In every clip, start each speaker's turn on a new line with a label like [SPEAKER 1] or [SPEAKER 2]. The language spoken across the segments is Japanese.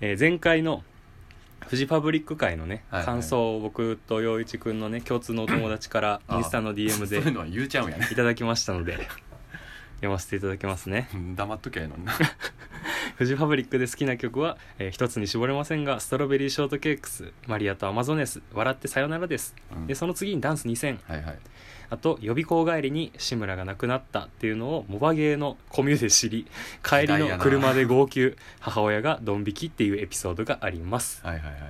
[SPEAKER 1] えー前回のフジファブリック会のね、
[SPEAKER 2] はいはい
[SPEAKER 1] 感想を僕と陽一くんのね共通のお友達から
[SPEAKER 2] あ
[SPEAKER 1] インスタの DM
[SPEAKER 2] そういう
[SPEAKER 1] で
[SPEAKER 2] のは言うちゃうんやね
[SPEAKER 1] いただきましたので読ませていただきますね
[SPEAKER 2] 黙っときゃいいのにな
[SPEAKER 1] フジファブリックで好きな曲は、えー一つに絞れませんが「ストロベリーショートケークス」「マリアとアマゾネス」「笑ってさよなら」です
[SPEAKER 2] うん
[SPEAKER 1] でその次に「ダンス2000」
[SPEAKER 2] はいはい
[SPEAKER 1] あと予備校帰りに志村が亡くなったっていうのをモバゲーのコミュで知り帰りの車で号泣母親がドン引きっていうエピソードがあります
[SPEAKER 2] はいはいはいは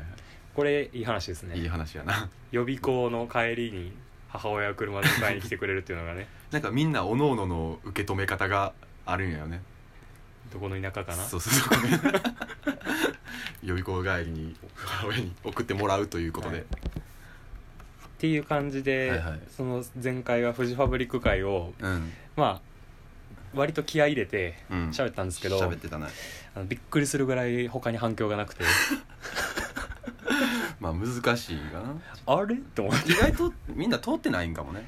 [SPEAKER 1] これいい話です
[SPEAKER 2] いいい
[SPEAKER 1] ね
[SPEAKER 2] 話やな
[SPEAKER 1] 予備校の帰りに母親が車で迎えに来てくれるっていうのが ね
[SPEAKER 2] なんかみんなおのおのの受け止め方があるんやよね
[SPEAKER 1] どこの田舎かな
[SPEAKER 2] そうそうそうごめん予備校帰りに母親に送ってもらうということで、
[SPEAKER 1] はいっていう感じで、
[SPEAKER 2] はいはい
[SPEAKER 1] その前回はフジファブリック会を
[SPEAKER 2] うん
[SPEAKER 1] まあ割と気合い入れて
[SPEAKER 2] うん
[SPEAKER 1] 喋ったんですけど、
[SPEAKER 2] 喋ってたな
[SPEAKER 1] あのびっくりするぐらい他に反響がなく て
[SPEAKER 2] まあ難しい かな
[SPEAKER 1] あれって思って
[SPEAKER 2] 意外とみんな通ってないんかもね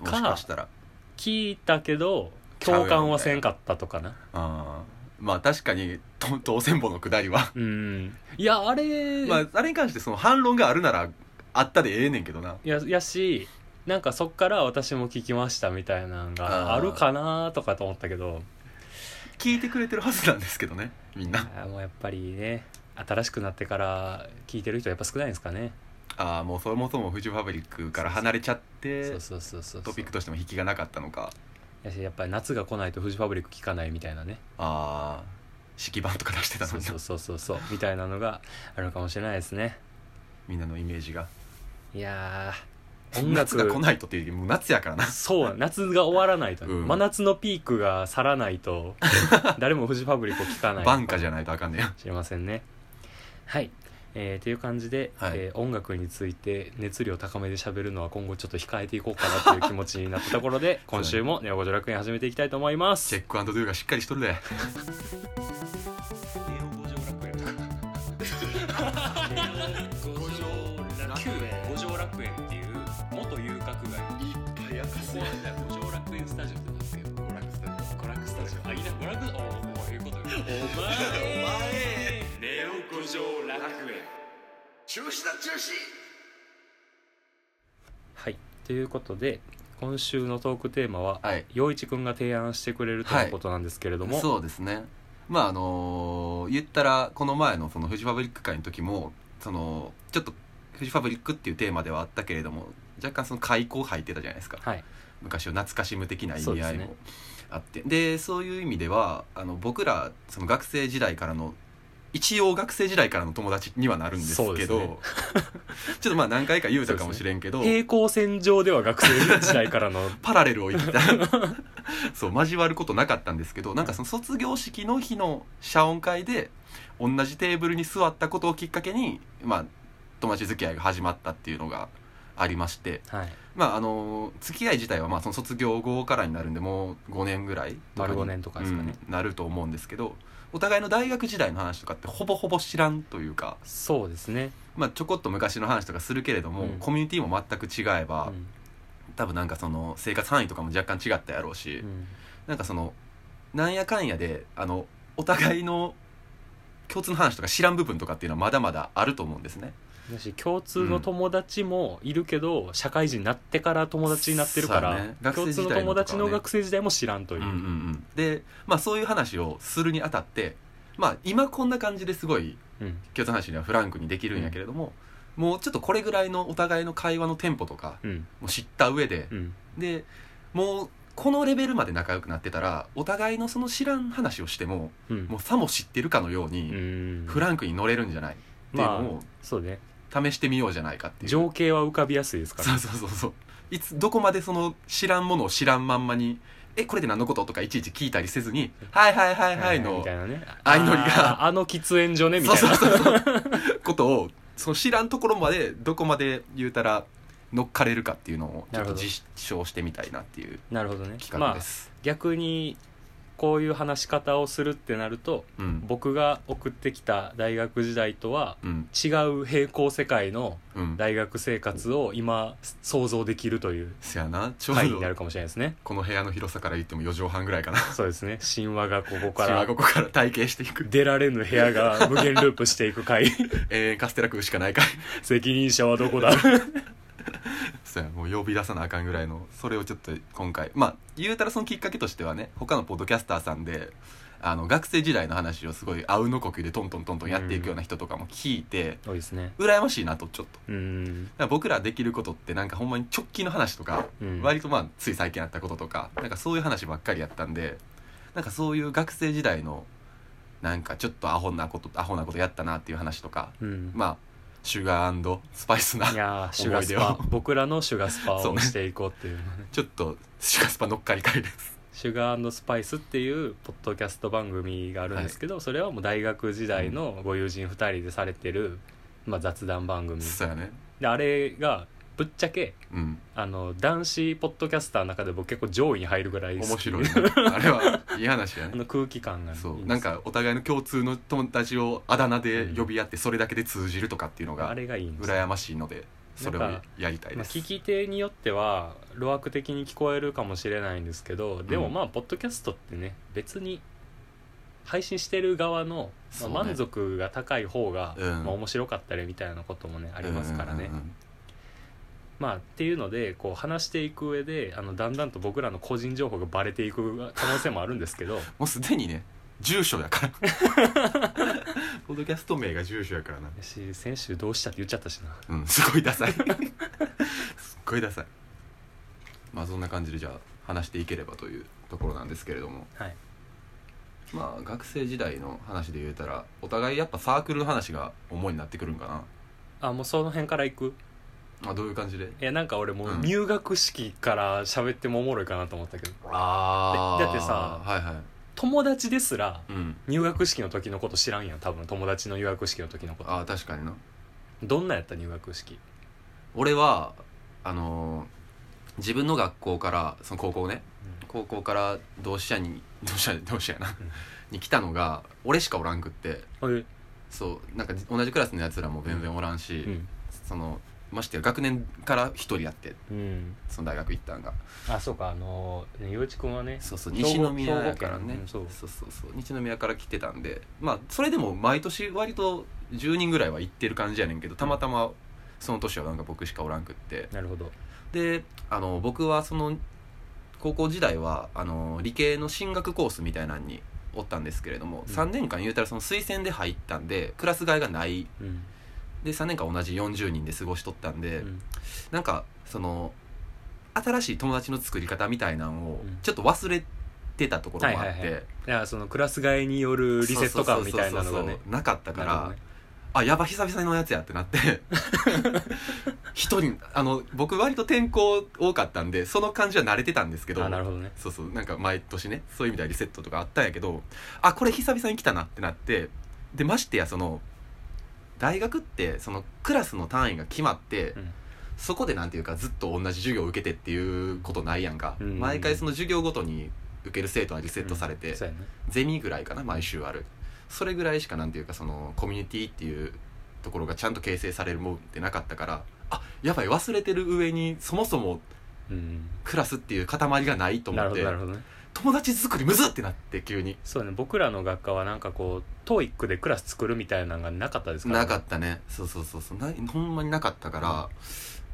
[SPEAKER 2] もしかしたら
[SPEAKER 1] 聞いたけど共感はせんかったとかな
[SPEAKER 2] あーまあ確かにと当選簿のくだりは
[SPEAKER 1] うんいやあれ、
[SPEAKER 2] まああれに関してその反論があるならあったでええねんけどない
[SPEAKER 1] ややしなんかそっから私も聞きましたみたいなのがあ
[SPEAKER 2] あー
[SPEAKER 1] るかなとかと思ったけど
[SPEAKER 2] 聞いてくれてるはずなんですけどねみんな
[SPEAKER 1] あーもうやっぱりね新しくなってから聞いてる人やっぱ少ないんですかね
[SPEAKER 2] ああもうそもそもフジファブリックから離れちゃって
[SPEAKER 1] そうそうそうそう
[SPEAKER 2] トピックとしても引きがなかったのか
[SPEAKER 1] やしやっぱり夏が来ないとフジファブリック聞かないみたいなね
[SPEAKER 2] ああ式盤とか出してたの
[SPEAKER 1] そう
[SPEAKER 2] に
[SPEAKER 1] そ
[SPEAKER 2] な
[SPEAKER 1] うそうそうそうみたいなのがあるかもしれないですね
[SPEAKER 2] みんなのイメージが
[SPEAKER 1] いやー音楽
[SPEAKER 2] 夏が来ないとっていうよりもう夏やからな
[SPEAKER 1] そう夏が終わらないとね、
[SPEAKER 2] うん
[SPEAKER 1] 真夏のピークが去らないと 誰もフジファブリックを聞かない
[SPEAKER 2] 晩夏じゃないとあかんねや
[SPEAKER 1] 知りませんねはいえー、という感じで、
[SPEAKER 2] はい
[SPEAKER 1] えー音楽について熱量高めで喋るのは今後ちょっと控えていこうかなという気持ちになったと ころで今週も「ネオ五条楽園」始めていきたいと思いま
[SPEAKER 2] チ
[SPEAKER 1] す
[SPEAKER 2] ェックドゥがしっかりしとるで
[SPEAKER 1] 五条楽園五条楽園っていう元遊郭街五条楽園スタジオってなってる娯楽スタジオあいいな娯楽おおおいうことお前ネオ五条楽園
[SPEAKER 3] 中止だ中止
[SPEAKER 1] はいということで今週のトークテーマは
[SPEAKER 2] はい
[SPEAKER 1] 陽一くんが提案してくれるということなんですけれども、
[SPEAKER 2] そうですねまああのー言ったらこの前のそのフジファブリック会の時もそのちょっとフジファブリックっていうテーマではあったけれども若干その開口入ってたじゃないですか
[SPEAKER 1] はい
[SPEAKER 2] 昔を懐かしむ的な意
[SPEAKER 1] そう
[SPEAKER 2] 味
[SPEAKER 1] で
[SPEAKER 2] 合
[SPEAKER 1] す
[SPEAKER 2] い
[SPEAKER 1] ね
[SPEAKER 2] もあってで,、そういう意味ではあの僕らその学生時代からの一応学生時代からの友達にはなるんです
[SPEAKER 1] そうで
[SPEAKER 2] け
[SPEAKER 1] す
[SPEAKER 2] ど
[SPEAKER 1] ね
[SPEAKER 2] ちょっとまあ何回か言うたかもしれんけど、
[SPEAKER 1] 平行線上では学生時代からの
[SPEAKER 2] パラレルを生きたそう交わることなかったんですけどなんかその卒業式の日の謝恩会で同じテーブルに座ったことをきっかけに、まあ、友達付き合いが始まったっていうのがありまして、
[SPEAKER 1] はい
[SPEAKER 2] まあ、あの付き合い自体はまあその卒業後からになるんでもう5年ぐらいとかに
[SPEAKER 1] 丸五年とかですかね
[SPEAKER 2] うんなると思うんですけどお互いの大学時代の話とかってほぼほぼ知らんというか、
[SPEAKER 1] そうですね、
[SPEAKER 2] まあ、ちょこっと昔の話とかするけれども、
[SPEAKER 1] うん
[SPEAKER 2] コミュニティも全く違え
[SPEAKER 1] う
[SPEAKER 2] ば、
[SPEAKER 1] ん
[SPEAKER 2] 多分なんかその生活範囲とかも若干違ったやろうし、
[SPEAKER 1] うん
[SPEAKER 2] なんかそのなんやかんやであのお互いの共通の話とか知らん部分とかっていうのはまだまだあると思うんですね
[SPEAKER 1] だし共通の友達もいるけど、社会人になってから友達になってるか
[SPEAKER 2] そ
[SPEAKER 1] ら、
[SPEAKER 2] うね学
[SPEAKER 1] 共
[SPEAKER 2] 生
[SPEAKER 1] 通
[SPEAKER 2] 時
[SPEAKER 1] の
[SPEAKER 2] 代の
[SPEAKER 1] 友
[SPEAKER 2] とかはね
[SPEAKER 1] 達の学生時代も知らんという、
[SPEAKER 2] で、まあ、そういう話をするにあたって、まあ、今こんな感じですごい
[SPEAKER 1] うん
[SPEAKER 2] 共通の話にはフランクにできるんやけれども、もうちょっとこれぐらいのお互いの会話のテンポとか
[SPEAKER 1] うん
[SPEAKER 2] もう知った上で、
[SPEAKER 1] うん
[SPEAKER 2] でもうこのレベルまで仲良くなってたらお互いのその知らん話をしても
[SPEAKER 1] うん
[SPEAKER 2] もうさも知ってるかのように、
[SPEAKER 1] うん
[SPEAKER 2] フランクに乗れるんじゃないっていうの
[SPEAKER 1] まそうね
[SPEAKER 2] を試してみようじゃないかっていう、
[SPEAKER 1] 情景は浮かびやすいですから
[SPEAKER 2] そうそうそうそういつどこまでその知らんものを知らんまんまに「えこれって何のこと?」とかいちいち聞いたりせずに「はいはいはいはい」の
[SPEAKER 1] みたいなね
[SPEAKER 2] 相乗り
[SPEAKER 1] あ
[SPEAKER 2] が
[SPEAKER 1] ーあの喫煙所ねみた
[SPEAKER 2] そ
[SPEAKER 1] いうな
[SPEAKER 2] そうそうそうことをその知らんところまでどこまで言うたら乗っかれるかっていうのをちょ
[SPEAKER 1] なる
[SPEAKER 2] っと
[SPEAKER 1] ほど
[SPEAKER 2] 実証してみたいなっていう
[SPEAKER 1] なるほどね
[SPEAKER 2] 企
[SPEAKER 1] ま
[SPEAKER 2] 画
[SPEAKER 1] あ
[SPEAKER 2] です、
[SPEAKER 1] 逆にこういう話し方をするってなると
[SPEAKER 2] うん
[SPEAKER 1] 僕が送ってきた大学時代とは
[SPEAKER 2] うん
[SPEAKER 1] 違う平行世界の
[SPEAKER 2] うん
[SPEAKER 1] 大学生活を今想像できるという
[SPEAKER 2] せやなちょう
[SPEAKER 1] 回にな
[SPEAKER 2] ど
[SPEAKER 1] るかもしれないですね
[SPEAKER 2] この部屋の広さから言っても4畳半ぐらいかな
[SPEAKER 1] そうですね神話がここ
[SPEAKER 2] こ
[SPEAKER 1] か
[SPEAKER 2] は
[SPEAKER 1] ら
[SPEAKER 2] ここから体型していく
[SPEAKER 1] 出られぬ部屋が無限ループしていく回
[SPEAKER 2] えー、カステラ食うしかないかい
[SPEAKER 1] 責任者はどこだ
[SPEAKER 2] そうやもう呼び出さなあかんぐらいのそれをちょっと今回まあ言うたらそのきっかけとしてはね他のポッドキャスターさんであの学生時代の話をすごいあうんの呼吸でトントントントンやっていくような人とかも聞いて、
[SPEAKER 1] 多いですね
[SPEAKER 2] 羨ましいなとちょっとだか
[SPEAKER 1] うん
[SPEAKER 2] ら僕らできることってなんかほんまに直近の話とか、
[SPEAKER 1] うん
[SPEAKER 2] 割とまあつい最近あったこととかなんかそういう話ばっかりやったんでなんかそういう学生時代のなんかちょっとアホなことアホなことやったなっていう話とか
[SPEAKER 1] うん
[SPEAKER 2] まあシュガースパイスない
[SPEAKER 1] やーシュ
[SPEAKER 2] 思
[SPEAKER 1] ガ
[SPEAKER 2] い
[SPEAKER 1] ス
[SPEAKER 2] 出
[SPEAKER 1] パ
[SPEAKER 2] を
[SPEAKER 1] 僕らのシュガスパ
[SPEAKER 2] そう
[SPEAKER 1] を
[SPEAKER 2] ね
[SPEAKER 1] していこうっていう
[SPEAKER 2] ちょっとシュガースパ乗っかり会です
[SPEAKER 1] シュガースパイスっていうポッドキャスト番組があるんですけど、それはもう大学時代のご友人2人でされてる、まあ、雑談番組
[SPEAKER 2] そうやね
[SPEAKER 1] であれがぶっちゃけ
[SPEAKER 2] うん
[SPEAKER 1] あの男子ポッドキャスターの中で僕結構上位に入るぐらい好
[SPEAKER 2] 面
[SPEAKER 1] き
[SPEAKER 2] 白いねあれはいい話や
[SPEAKER 1] あ
[SPEAKER 2] ね
[SPEAKER 1] の空気感がいい
[SPEAKER 2] そう
[SPEAKER 1] です
[SPEAKER 2] なんかお互いの共通の友達をあだ名で呼び合ってそれだけで通じるとかっていうの
[SPEAKER 1] あ
[SPEAKER 2] が
[SPEAKER 1] れがいいんですよ
[SPEAKER 2] 羨ましいのでそれをやりたい
[SPEAKER 1] ま
[SPEAKER 2] で
[SPEAKER 1] あ、
[SPEAKER 2] す
[SPEAKER 1] 聞き手によっては路悪的に聞こえるかもしれないんですけどでも
[SPEAKER 2] うん
[SPEAKER 1] まあポッドキャストってね別に配信してる側の、ま
[SPEAKER 2] そ
[SPEAKER 1] あ
[SPEAKER 2] うね
[SPEAKER 1] 満足が高い方が、
[SPEAKER 2] うん
[SPEAKER 1] まあ、面白かったりみたいなこともねありますからね。
[SPEAKER 2] うんうんうん
[SPEAKER 1] まあ、っていうのでこう話していく上であのだんだんと僕らの個人情報がバレていく可能性もあるんですけ ど
[SPEAKER 2] もうすでにね住所や からポッドキャスト名が住所やからな
[SPEAKER 1] 私先週どうしたって言っちゃったしな
[SPEAKER 2] うんすごいダサいすっごいダサいまあそんな感じでじゃあ話していければというところなんですけれども
[SPEAKER 1] はい
[SPEAKER 2] まあ学生時代の話で言えたらお互いやっぱサークルの話が主になってくるんか
[SPEAKER 1] あもうその辺からいく
[SPEAKER 2] なあどういう感じで
[SPEAKER 1] いやなんか俺もううん入学式から喋ってもおもろいかなと思ったけど、
[SPEAKER 2] あ
[SPEAKER 1] ーだってさ
[SPEAKER 2] はいは
[SPEAKER 1] 友達ですら
[SPEAKER 2] いうん
[SPEAKER 1] 入学式の時のこと知らんやん多分友達の入学式の時のこと
[SPEAKER 2] ああ確かにな
[SPEAKER 1] どんなやった入学式
[SPEAKER 2] 俺はあのー自分の学校からその高校ね高校から同志社に 同志社同志社やな
[SPEAKER 1] うん
[SPEAKER 2] に来たのが俺しかおらんくって
[SPEAKER 1] え
[SPEAKER 2] そうなんか同じクラスのやつらも全然おらんし、
[SPEAKER 1] うん、
[SPEAKER 2] そのましてや学年から一人やって
[SPEAKER 1] うん、
[SPEAKER 2] その大学行ったんが
[SPEAKER 1] あそうかあのーね陽一君はね
[SPEAKER 2] そうそう
[SPEAKER 1] 兵庫
[SPEAKER 2] 西宮やから
[SPEAKER 1] 兵庫
[SPEAKER 2] ね
[SPEAKER 1] 県、うんそう
[SPEAKER 2] そうそうそう西宮から来てたんでまあそれでも毎年割と10人ぐらいは行ってる感じやねんけどたまたまその年はなんか僕しかおらんくって
[SPEAKER 1] なるほど
[SPEAKER 2] であの僕はその高校時代はあの理系の進学コースみたいなのにおったんですけれども、
[SPEAKER 1] うん
[SPEAKER 2] 3年間言うたらその推薦で入ったんでクラス替えがない
[SPEAKER 1] うん、
[SPEAKER 2] で3年間同じ40人で過ごしとったんで、
[SPEAKER 1] うん
[SPEAKER 2] なんかその新しい友達の作り方みたいなのを
[SPEAKER 1] うん
[SPEAKER 2] ちょっと忘れてたところもあって、
[SPEAKER 1] はいはいはいだからそのクラス替えによるリセット感みたいなのが
[SPEAKER 2] そうそう
[SPEAKER 1] ね
[SPEAKER 2] そうそうなかった
[SPEAKER 1] な
[SPEAKER 2] か
[SPEAKER 1] るほ
[SPEAKER 2] ら、
[SPEAKER 1] どね
[SPEAKER 2] あやば久々のやつやってなって 一人あの僕割と転校多かったんでその感じは慣れてたんですけど
[SPEAKER 1] あなるほどね
[SPEAKER 2] そうそうなんか毎年ねそういう意味ではリセットとかあったんやけどあこれ久々に来たなってなってでましてやその大学ってそのクラスの単位が決まって、
[SPEAKER 1] うん
[SPEAKER 2] そこでなんていうかずっと同じ授業を受けてっていうことないやんか、
[SPEAKER 1] うん
[SPEAKER 2] 毎回その授業ごとに受ける生徒はリセットされて、
[SPEAKER 1] うんそうやね
[SPEAKER 2] ゼミぐらいかな毎週あるそれぐらいしかなんていうかそのコミュニティっていうところがちゃんと形成されるもんってなかったからあやばい忘れてる上にそもそも
[SPEAKER 1] うん
[SPEAKER 2] クラスっていう塊がないと思
[SPEAKER 1] なる
[SPEAKER 2] っ
[SPEAKER 1] ほ
[SPEAKER 2] て
[SPEAKER 1] どなるほどね
[SPEAKER 2] 友達作りむずってなって急に
[SPEAKER 1] そうね僕らの学科はなんかこう TOEIC でクラス作るみたいなのがなかったですから、ね、
[SPEAKER 2] なかったねそうそうそうそうないほんまになかったから、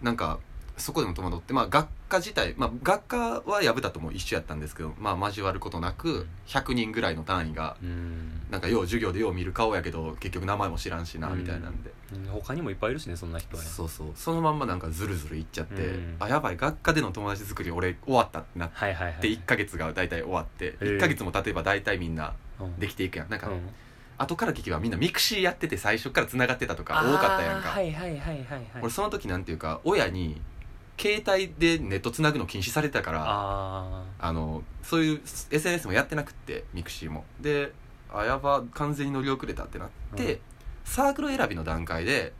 [SPEAKER 2] なんかそこでも戸惑ってまあ学科自体、まあ、学科は薮田とも一緒やったんですけどまあ交わることなく100人ぐらいの単位が
[SPEAKER 1] うん
[SPEAKER 2] なんかよう授業でよう見る顔やけど結局名前も知らんしな
[SPEAKER 1] うん
[SPEAKER 2] みたいなんで、
[SPEAKER 1] 他にもいっぱいいるしねそんな人はね
[SPEAKER 2] そうそうそのまんまなんかズルズルいっちゃって、
[SPEAKER 1] うん
[SPEAKER 2] あやばい学科での友達作り俺終わったってなっ
[SPEAKER 1] はいはいはい
[SPEAKER 2] て1ヶ月が大体終わって
[SPEAKER 1] え
[SPEAKER 2] 1ヶ月も経てば大体みんな
[SPEAKER 1] うん
[SPEAKER 2] できていくやんなんか
[SPEAKER 1] うん
[SPEAKER 2] 後から聞けばみんなミクシーやってて最初から繋がってたとか多かったやん
[SPEAKER 1] あー
[SPEAKER 2] か、
[SPEAKER 1] はいはいはいはいはい
[SPEAKER 2] 俺その時なんていうか親に携帯でネット繋ぐの禁止されてたから
[SPEAKER 1] あ
[SPEAKER 2] あのそういう SNS もやってなくってミクシーもであやば完全に乗り遅れたってなって、
[SPEAKER 1] うん
[SPEAKER 2] サークル選びの段階で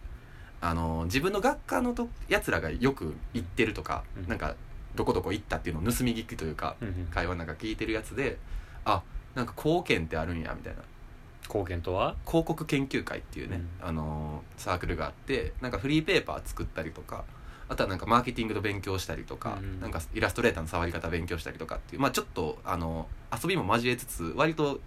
[SPEAKER 2] あの自分の学科のとやつらがよく行ってるとか、
[SPEAKER 1] うん
[SPEAKER 2] なんかどこどこ行ったっていうのを盗み聞きというか、
[SPEAKER 1] ーうんうん
[SPEAKER 2] 会話なんか聞いてるやつであなんか貢献ってあるんやみたいな
[SPEAKER 1] 貢献とは
[SPEAKER 2] 広告研究会っていうね、あのーサークルがあってなんかフリーペーパー作ったりとかあとはなんかマーケティングの勉強したりとか、
[SPEAKER 1] うん
[SPEAKER 2] なんかイラストレーターの触り方勉強したりとかっていうまあちょっとあの遊びも交えつつ割と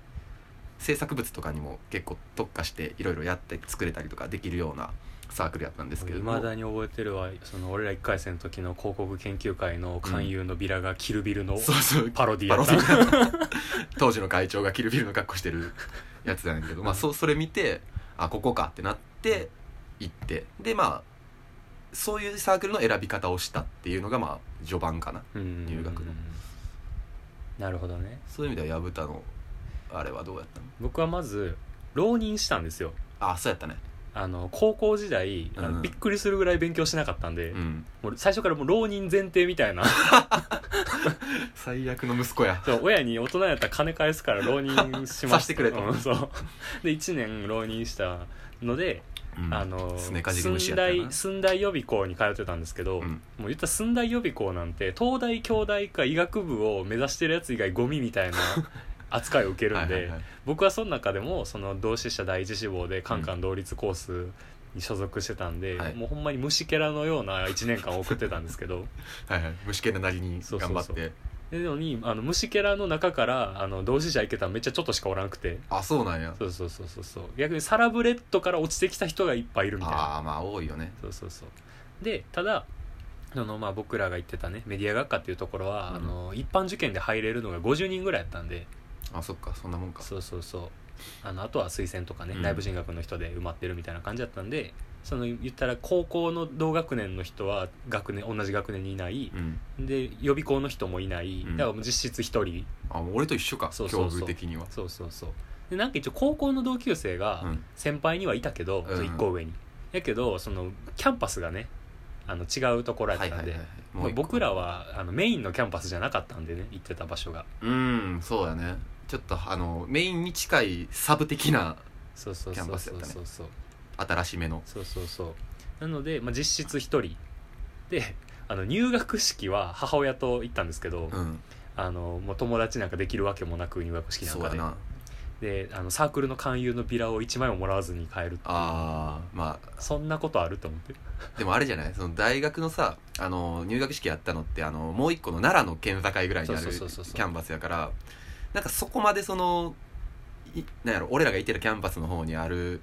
[SPEAKER 2] 制作物とかにも結構特化していろいろやって作れたりとかできるようなサークルやったんですけれ
[SPEAKER 1] い
[SPEAKER 2] ども
[SPEAKER 1] まだに覚えてるわその俺ら1回戦の時の広告研究会の勧誘のビラがキルビルの
[SPEAKER 2] そうそう
[SPEAKER 1] パロディ
[SPEAKER 2] パ
[SPEAKER 1] や
[SPEAKER 2] ロ
[SPEAKER 1] っ
[SPEAKER 2] デ
[SPEAKER 1] た
[SPEAKER 2] ィ当時の会長がキルビルの格好してるやつなんだけど、まあ、そそれ見てあここかってなって行ってでまあそういうサークルの選び方をしたっていうのがまあ序盤かな
[SPEAKER 1] うん
[SPEAKER 2] 入学の
[SPEAKER 1] なるほどね
[SPEAKER 2] そういう意味では薮田のあれはどうやったの
[SPEAKER 1] 僕はまず浪人したんですよ
[SPEAKER 2] あそうやったね
[SPEAKER 1] あの高校時代、あの
[SPEAKER 2] うん
[SPEAKER 1] びっくりするぐらい勉強してなかったんで、
[SPEAKER 2] うん
[SPEAKER 1] もう最初からもう浪人前提みた いな
[SPEAKER 2] 最悪の息子や
[SPEAKER 1] そう親に大人やったら金返すから浪人しま
[SPEAKER 2] さ
[SPEAKER 1] す
[SPEAKER 2] してくれと
[SPEAKER 1] うんそうで1年浪人したので、
[SPEAKER 2] うん
[SPEAKER 1] あの
[SPEAKER 2] すねかじり虫やったよ
[SPEAKER 1] 寸
[SPEAKER 2] な
[SPEAKER 1] 大寸大予備校に通ってたんですけど、
[SPEAKER 2] うん
[SPEAKER 1] もう言ったら寸大予備校なんて東大京大か医学部を目指してるやつ以外ゴミみたい な扱いを受けるんで
[SPEAKER 2] はいはいはい
[SPEAKER 1] 僕はその中でもその同志社第一志望でカンカン同率コースに所属してたんで、
[SPEAKER 2] はい
[SPEAKER 1] もうほんまに虫キャラのような1年間を送ってたんですけ ど
[SPEAKER 2] はいはい虫けらなりに
[SPEAKER 1] そうそうそ
[SPEAKER 2] 頑
[SPEAKER 1] う
[SPEAKER 2] 張って
[SPEAKER 1] でのにあの虫キャラの中からあの同志社行けたらめっちゃちょっとしかおらなくて
[SPEAKER 2] あそうなんや
[SPEAKER 1] そうそうそうそうそう逆にサラブレッドから落ちてきた人がいっぱいいるみたいな
[SPEAKER 2] ああまあ多いよね
[SPEAKER 1] そうそうそうでただそのまあ僕らが行ってたねメディア学科っていうところは、
[SPEAKER 2] うん
[SPEAKER 1] あの一般受験で入れるのが50人ぐらいやったんで
[SPEAKER 2] あそっかそんなもんか
[SPEAKER 1] そうそうそうあのあとは推薦とかね、
[SPEAKER 2] うん
[SPEAKER 1] 内部進学の人で埋まってるみたいな感じだったんでその言ったら高校の同学年の人は学年同じ学年にいない、
[SPEAKER 2] うん
[SPEAKER 1] で予備校の人もいない、
[SPEAKER 2] うん
[SPEAKER 1] だからもう実質一人
[SPEAKER 2] あもう俺と一緒か
[SPEAKER 1] そうそうそう
[SPEAKER 2] 境遇的には
[SPEAKER 1] そうそうそうでなんか一応高校の同級生が、
[SPEAKER 2] うん
[SPEAKER 1] 先輩にはいたけど、
[SPEAKER 2] うん
[SPEAKER 1] 1個上にやけどそのキャンパスがねあの違うところやったんで、まあ
[SPEAKER 2] もう一個
[SPEAKER 1] 僕らはあのメインのキャンパスじゃなかったんでね行ってた場所が
[SPEAKER 2] うんそうやねちょっとあのメインに近いサブ的な
[SPEAKER 1] そうそう
[SPEAKER 2] キャン
[SPEAKER 1] そう
[SPEAKER 2] パス
[SPEAKER 1] そ
[SPEAKER 2] や
[SPEAKER 1] う
[SPEAKER 2] ったね
[SPEAKER 1] そうそう
[SPEAKER 2] 新しめの
[SPEAKER 1] そうそうそうなので、まあ、実質1人であの入学式は母親と行ったんですけど、
[SPEAKER 2] うん
[SPEAKER 1] あのもう友達なんかできるわけもなく入学式なん
[SPEAKER 2] そう
[SPEAKER 1] か
[SPEAKER 2] や
[SPEAKER 1] で
[SPEAKER 2] な
[SPEAKER 1] であのサークルの勧誘のビラを1枚ももらわずに帰る
[SPEAKER 2] あーまあ
[SPEAKER 1] そんなことあると思って
[SPEAKER 2] でもあれじゃないその大学のさあの入学式やったのってあのもう一個の奈良の県境ぐらいにあ
[SPEAKER 1] そ
[SPEAKER 2] る
[SPEAKER 1] うそう
[SPEAKER 2] キ
[SPEAKER 1] そうそうそう
[SPEAKER 2] ャンバスやからなんかそこまでそのいなんやろ俺らが行ってたキャンバスの方にある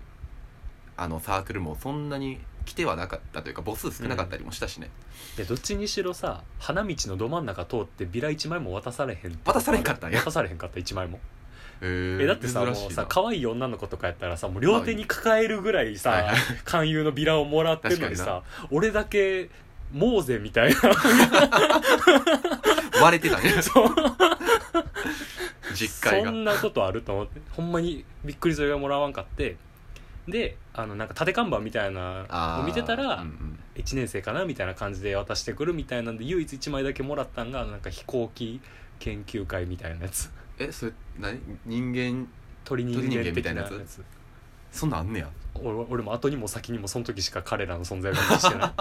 [SPEAKER 2] あのサークルもそんなに来てはなかったというか母数少なかったりもしたしね、
[SPEAKER 1] でどっちにしろさ花道のど真ん中通ってビラ1枚も渡されへん
[SPEAKER 2] 渡されんかったんや
[SPEAKER 1] 渡されへんかった1枚も
[SPEAKER 2] へー
[SPEAKER 1] えだってさも
[SPEAKER 2] 珍しいうな
[SPEAKER 1] さ可愛い女の子とかやったらさもう両手に抱えるぐらい
[SPEAKER 2] はい
[SPEAKER 1] さ
[SPEAKER 2] はい
[SPEAKER 1] 勧誘のビラをもらってるのにさ俺だけモーゼみたい
[SPEAKER 2] 割れてたね
[SPEAKER 1] な そう
[SPEAKER 2] 実家
[SPEAKER 1] そ
[SPEAKER 2] が
[SPEAKER 1] んなことあると思ってほんまにびっくりそれがもらわんかってであのなんか縦看板みたいな
[SPEAKER 2] あ
[SPEAKER 1] の
[SPEAKER 2] ー
[SPEAKER 1] 見てたら
[SPEAKER 2] うんうん
[SPEAKER 1] 1年生かなみたいな感じで渡してくるみたいなんで唯一1枚だけもらったんがなんか飛行機研究会みたいなやつ
[SPEAKER 2] えそれ何人間
[SPEAKER 1] 鳥人間
[SPEAKER 2] 鳥人間み
[SPEAKER 1] 的
[SPEAKER 2] たい
[SPEAKER 1] な
[SPEAKER 2] な
[SPEAKER 1] や
[SPEAKER 2] や
[SPEAKER 1] つ
[SPEAKER 2] つそんなんあんねや
[SPEAKER 1] 俺俺も後にも先にもその時しか彼らの存在を認知してない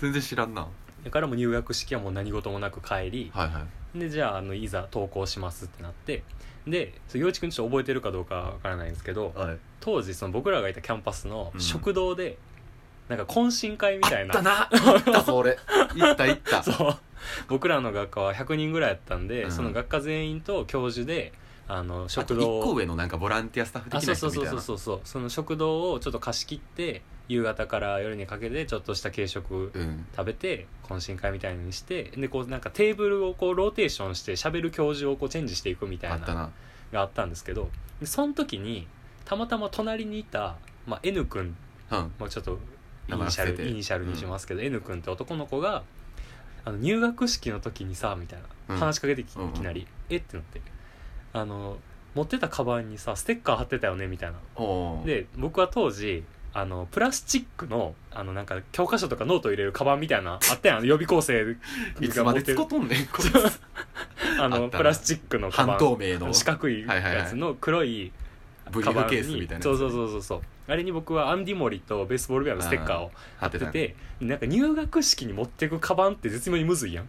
[SPEAKER 2] 全然知らんな
[SPEAKER 1] だからもう入学式はもう何事もなく帰り
[SPEAKER 2] はいはい
[SPEAKER 1] でじゃああのいざ登校しますってなってでそう陽一君ちょっと覚えてるかどうかわからないんですけど
[SPEAKER 2] はい
[SPEAKER 1] 当時その僕らがいたキャンパスの
[SPEAKER 2] うん
[SPEAKER 1] 食堂で、なんか懇親会みたいな
[SPEAKER 2] だな行ったぞ俺行った行った
[SPEAKER 1] そう僕らの学科は100人ぐらいやったんで、
[SPEAKER 2] うん
[SPEAKER 1] その学科全員と教授であの
[SPEAKER 2] あと
[SPEAKER 1] 食
[SPEAKER 2] 一
[SPEAKER 1] 堂を
[SPEAKER 2] 個上のなんかボランティアスタッフ
[SPEAKER 1] あ
[SPEAKER 2] 的
[SPEAKER 1] そうそ
[SPEAKER 2] な人
[SPEAKER 1] う
[SPEAKER 2] みた
[SPEAKER 1] そ
[SPEAKER 2] いうな
[SPEAKER 1] そうそうそうその食堂をちょっと貸し切って夕方から夜にかけてちょっとした軽食
[SPEAKER 2] うん
[SPEAKER 1] 食べて懇親会みたいにしてでこうなんかテーブルをこうローテーションしてしゃべる教授をこうチェンジしていくみたい
[SPEAKER 2] あ
[SPEAKER 1] な
[SPEAKER 2] った
[SPEAKER 1] の
[SPEAKER 2] な
[SPEAKER 1] があったんですけどでその時にたまたま隣にいた、まあ、N 君
[SPEAKER 2] うん
[SPEAKER 1] もうちょっとイ
[SPEAKER 2] 名前
[SPEAKER 1] ニシャ
[SPEAKER 2] 忘れ
[SPEAKER 1] ル
[SPEAKER 2] て
[SPEAKER 1] イニシャルにしますけど、N 君って男の子があの入学式の時にさみたいな
[SPEAKER 2] うん
[SPEAKER 1] 話しかけてき,、
[SPEAKER 2] うんうん
[SPEAKER 1] いきなり「えっ?」てなってあの持ってたカバンにさステッカー貼ってたよねみたいな
[SPEAKER 2] おー
[SPEAKER 1] で僕は当時あのプラスチックのあのなんか教科書とかノート入れるカバンみたい なあったやん予備校生
[SPEAKER 2] いつまでつ
[SPEAKER 1] る
[SPEAKER 2] ことんねんこいつ
[SPEAKER 1] あ
[SPEAKER 2] あった
[SPEAKER 1] の
[SPEAKER 2] な
[SPEAKER 1] プラスチックのカバ
[SPEAKER 2] 半
[SPEAKER 1] ン
[SPEAKER 2] 透明の
[SPEAKER 1] 四角い
[SPEAKER 2] はいはいはい
[SPEAKER 1] やつの黒い
[SPEAKER 2] VF
[SPEAKER 1] カバンに
[SPEAKER 2] ケースみたいなやつ
[SPEAKER 1] そうそうそうそうそうあれに僕はアンディモリとベースボールベアのステッカーを
[SPEAKER 2] 貼って
[SPEAKER 1] 出
[SPEAKER 2] た
[SPEAKER 1] て
[SPEAKER 2] ね
[SPEAKER 1] てなんか入学式に持ってくカバンって絶妙にむずいやん、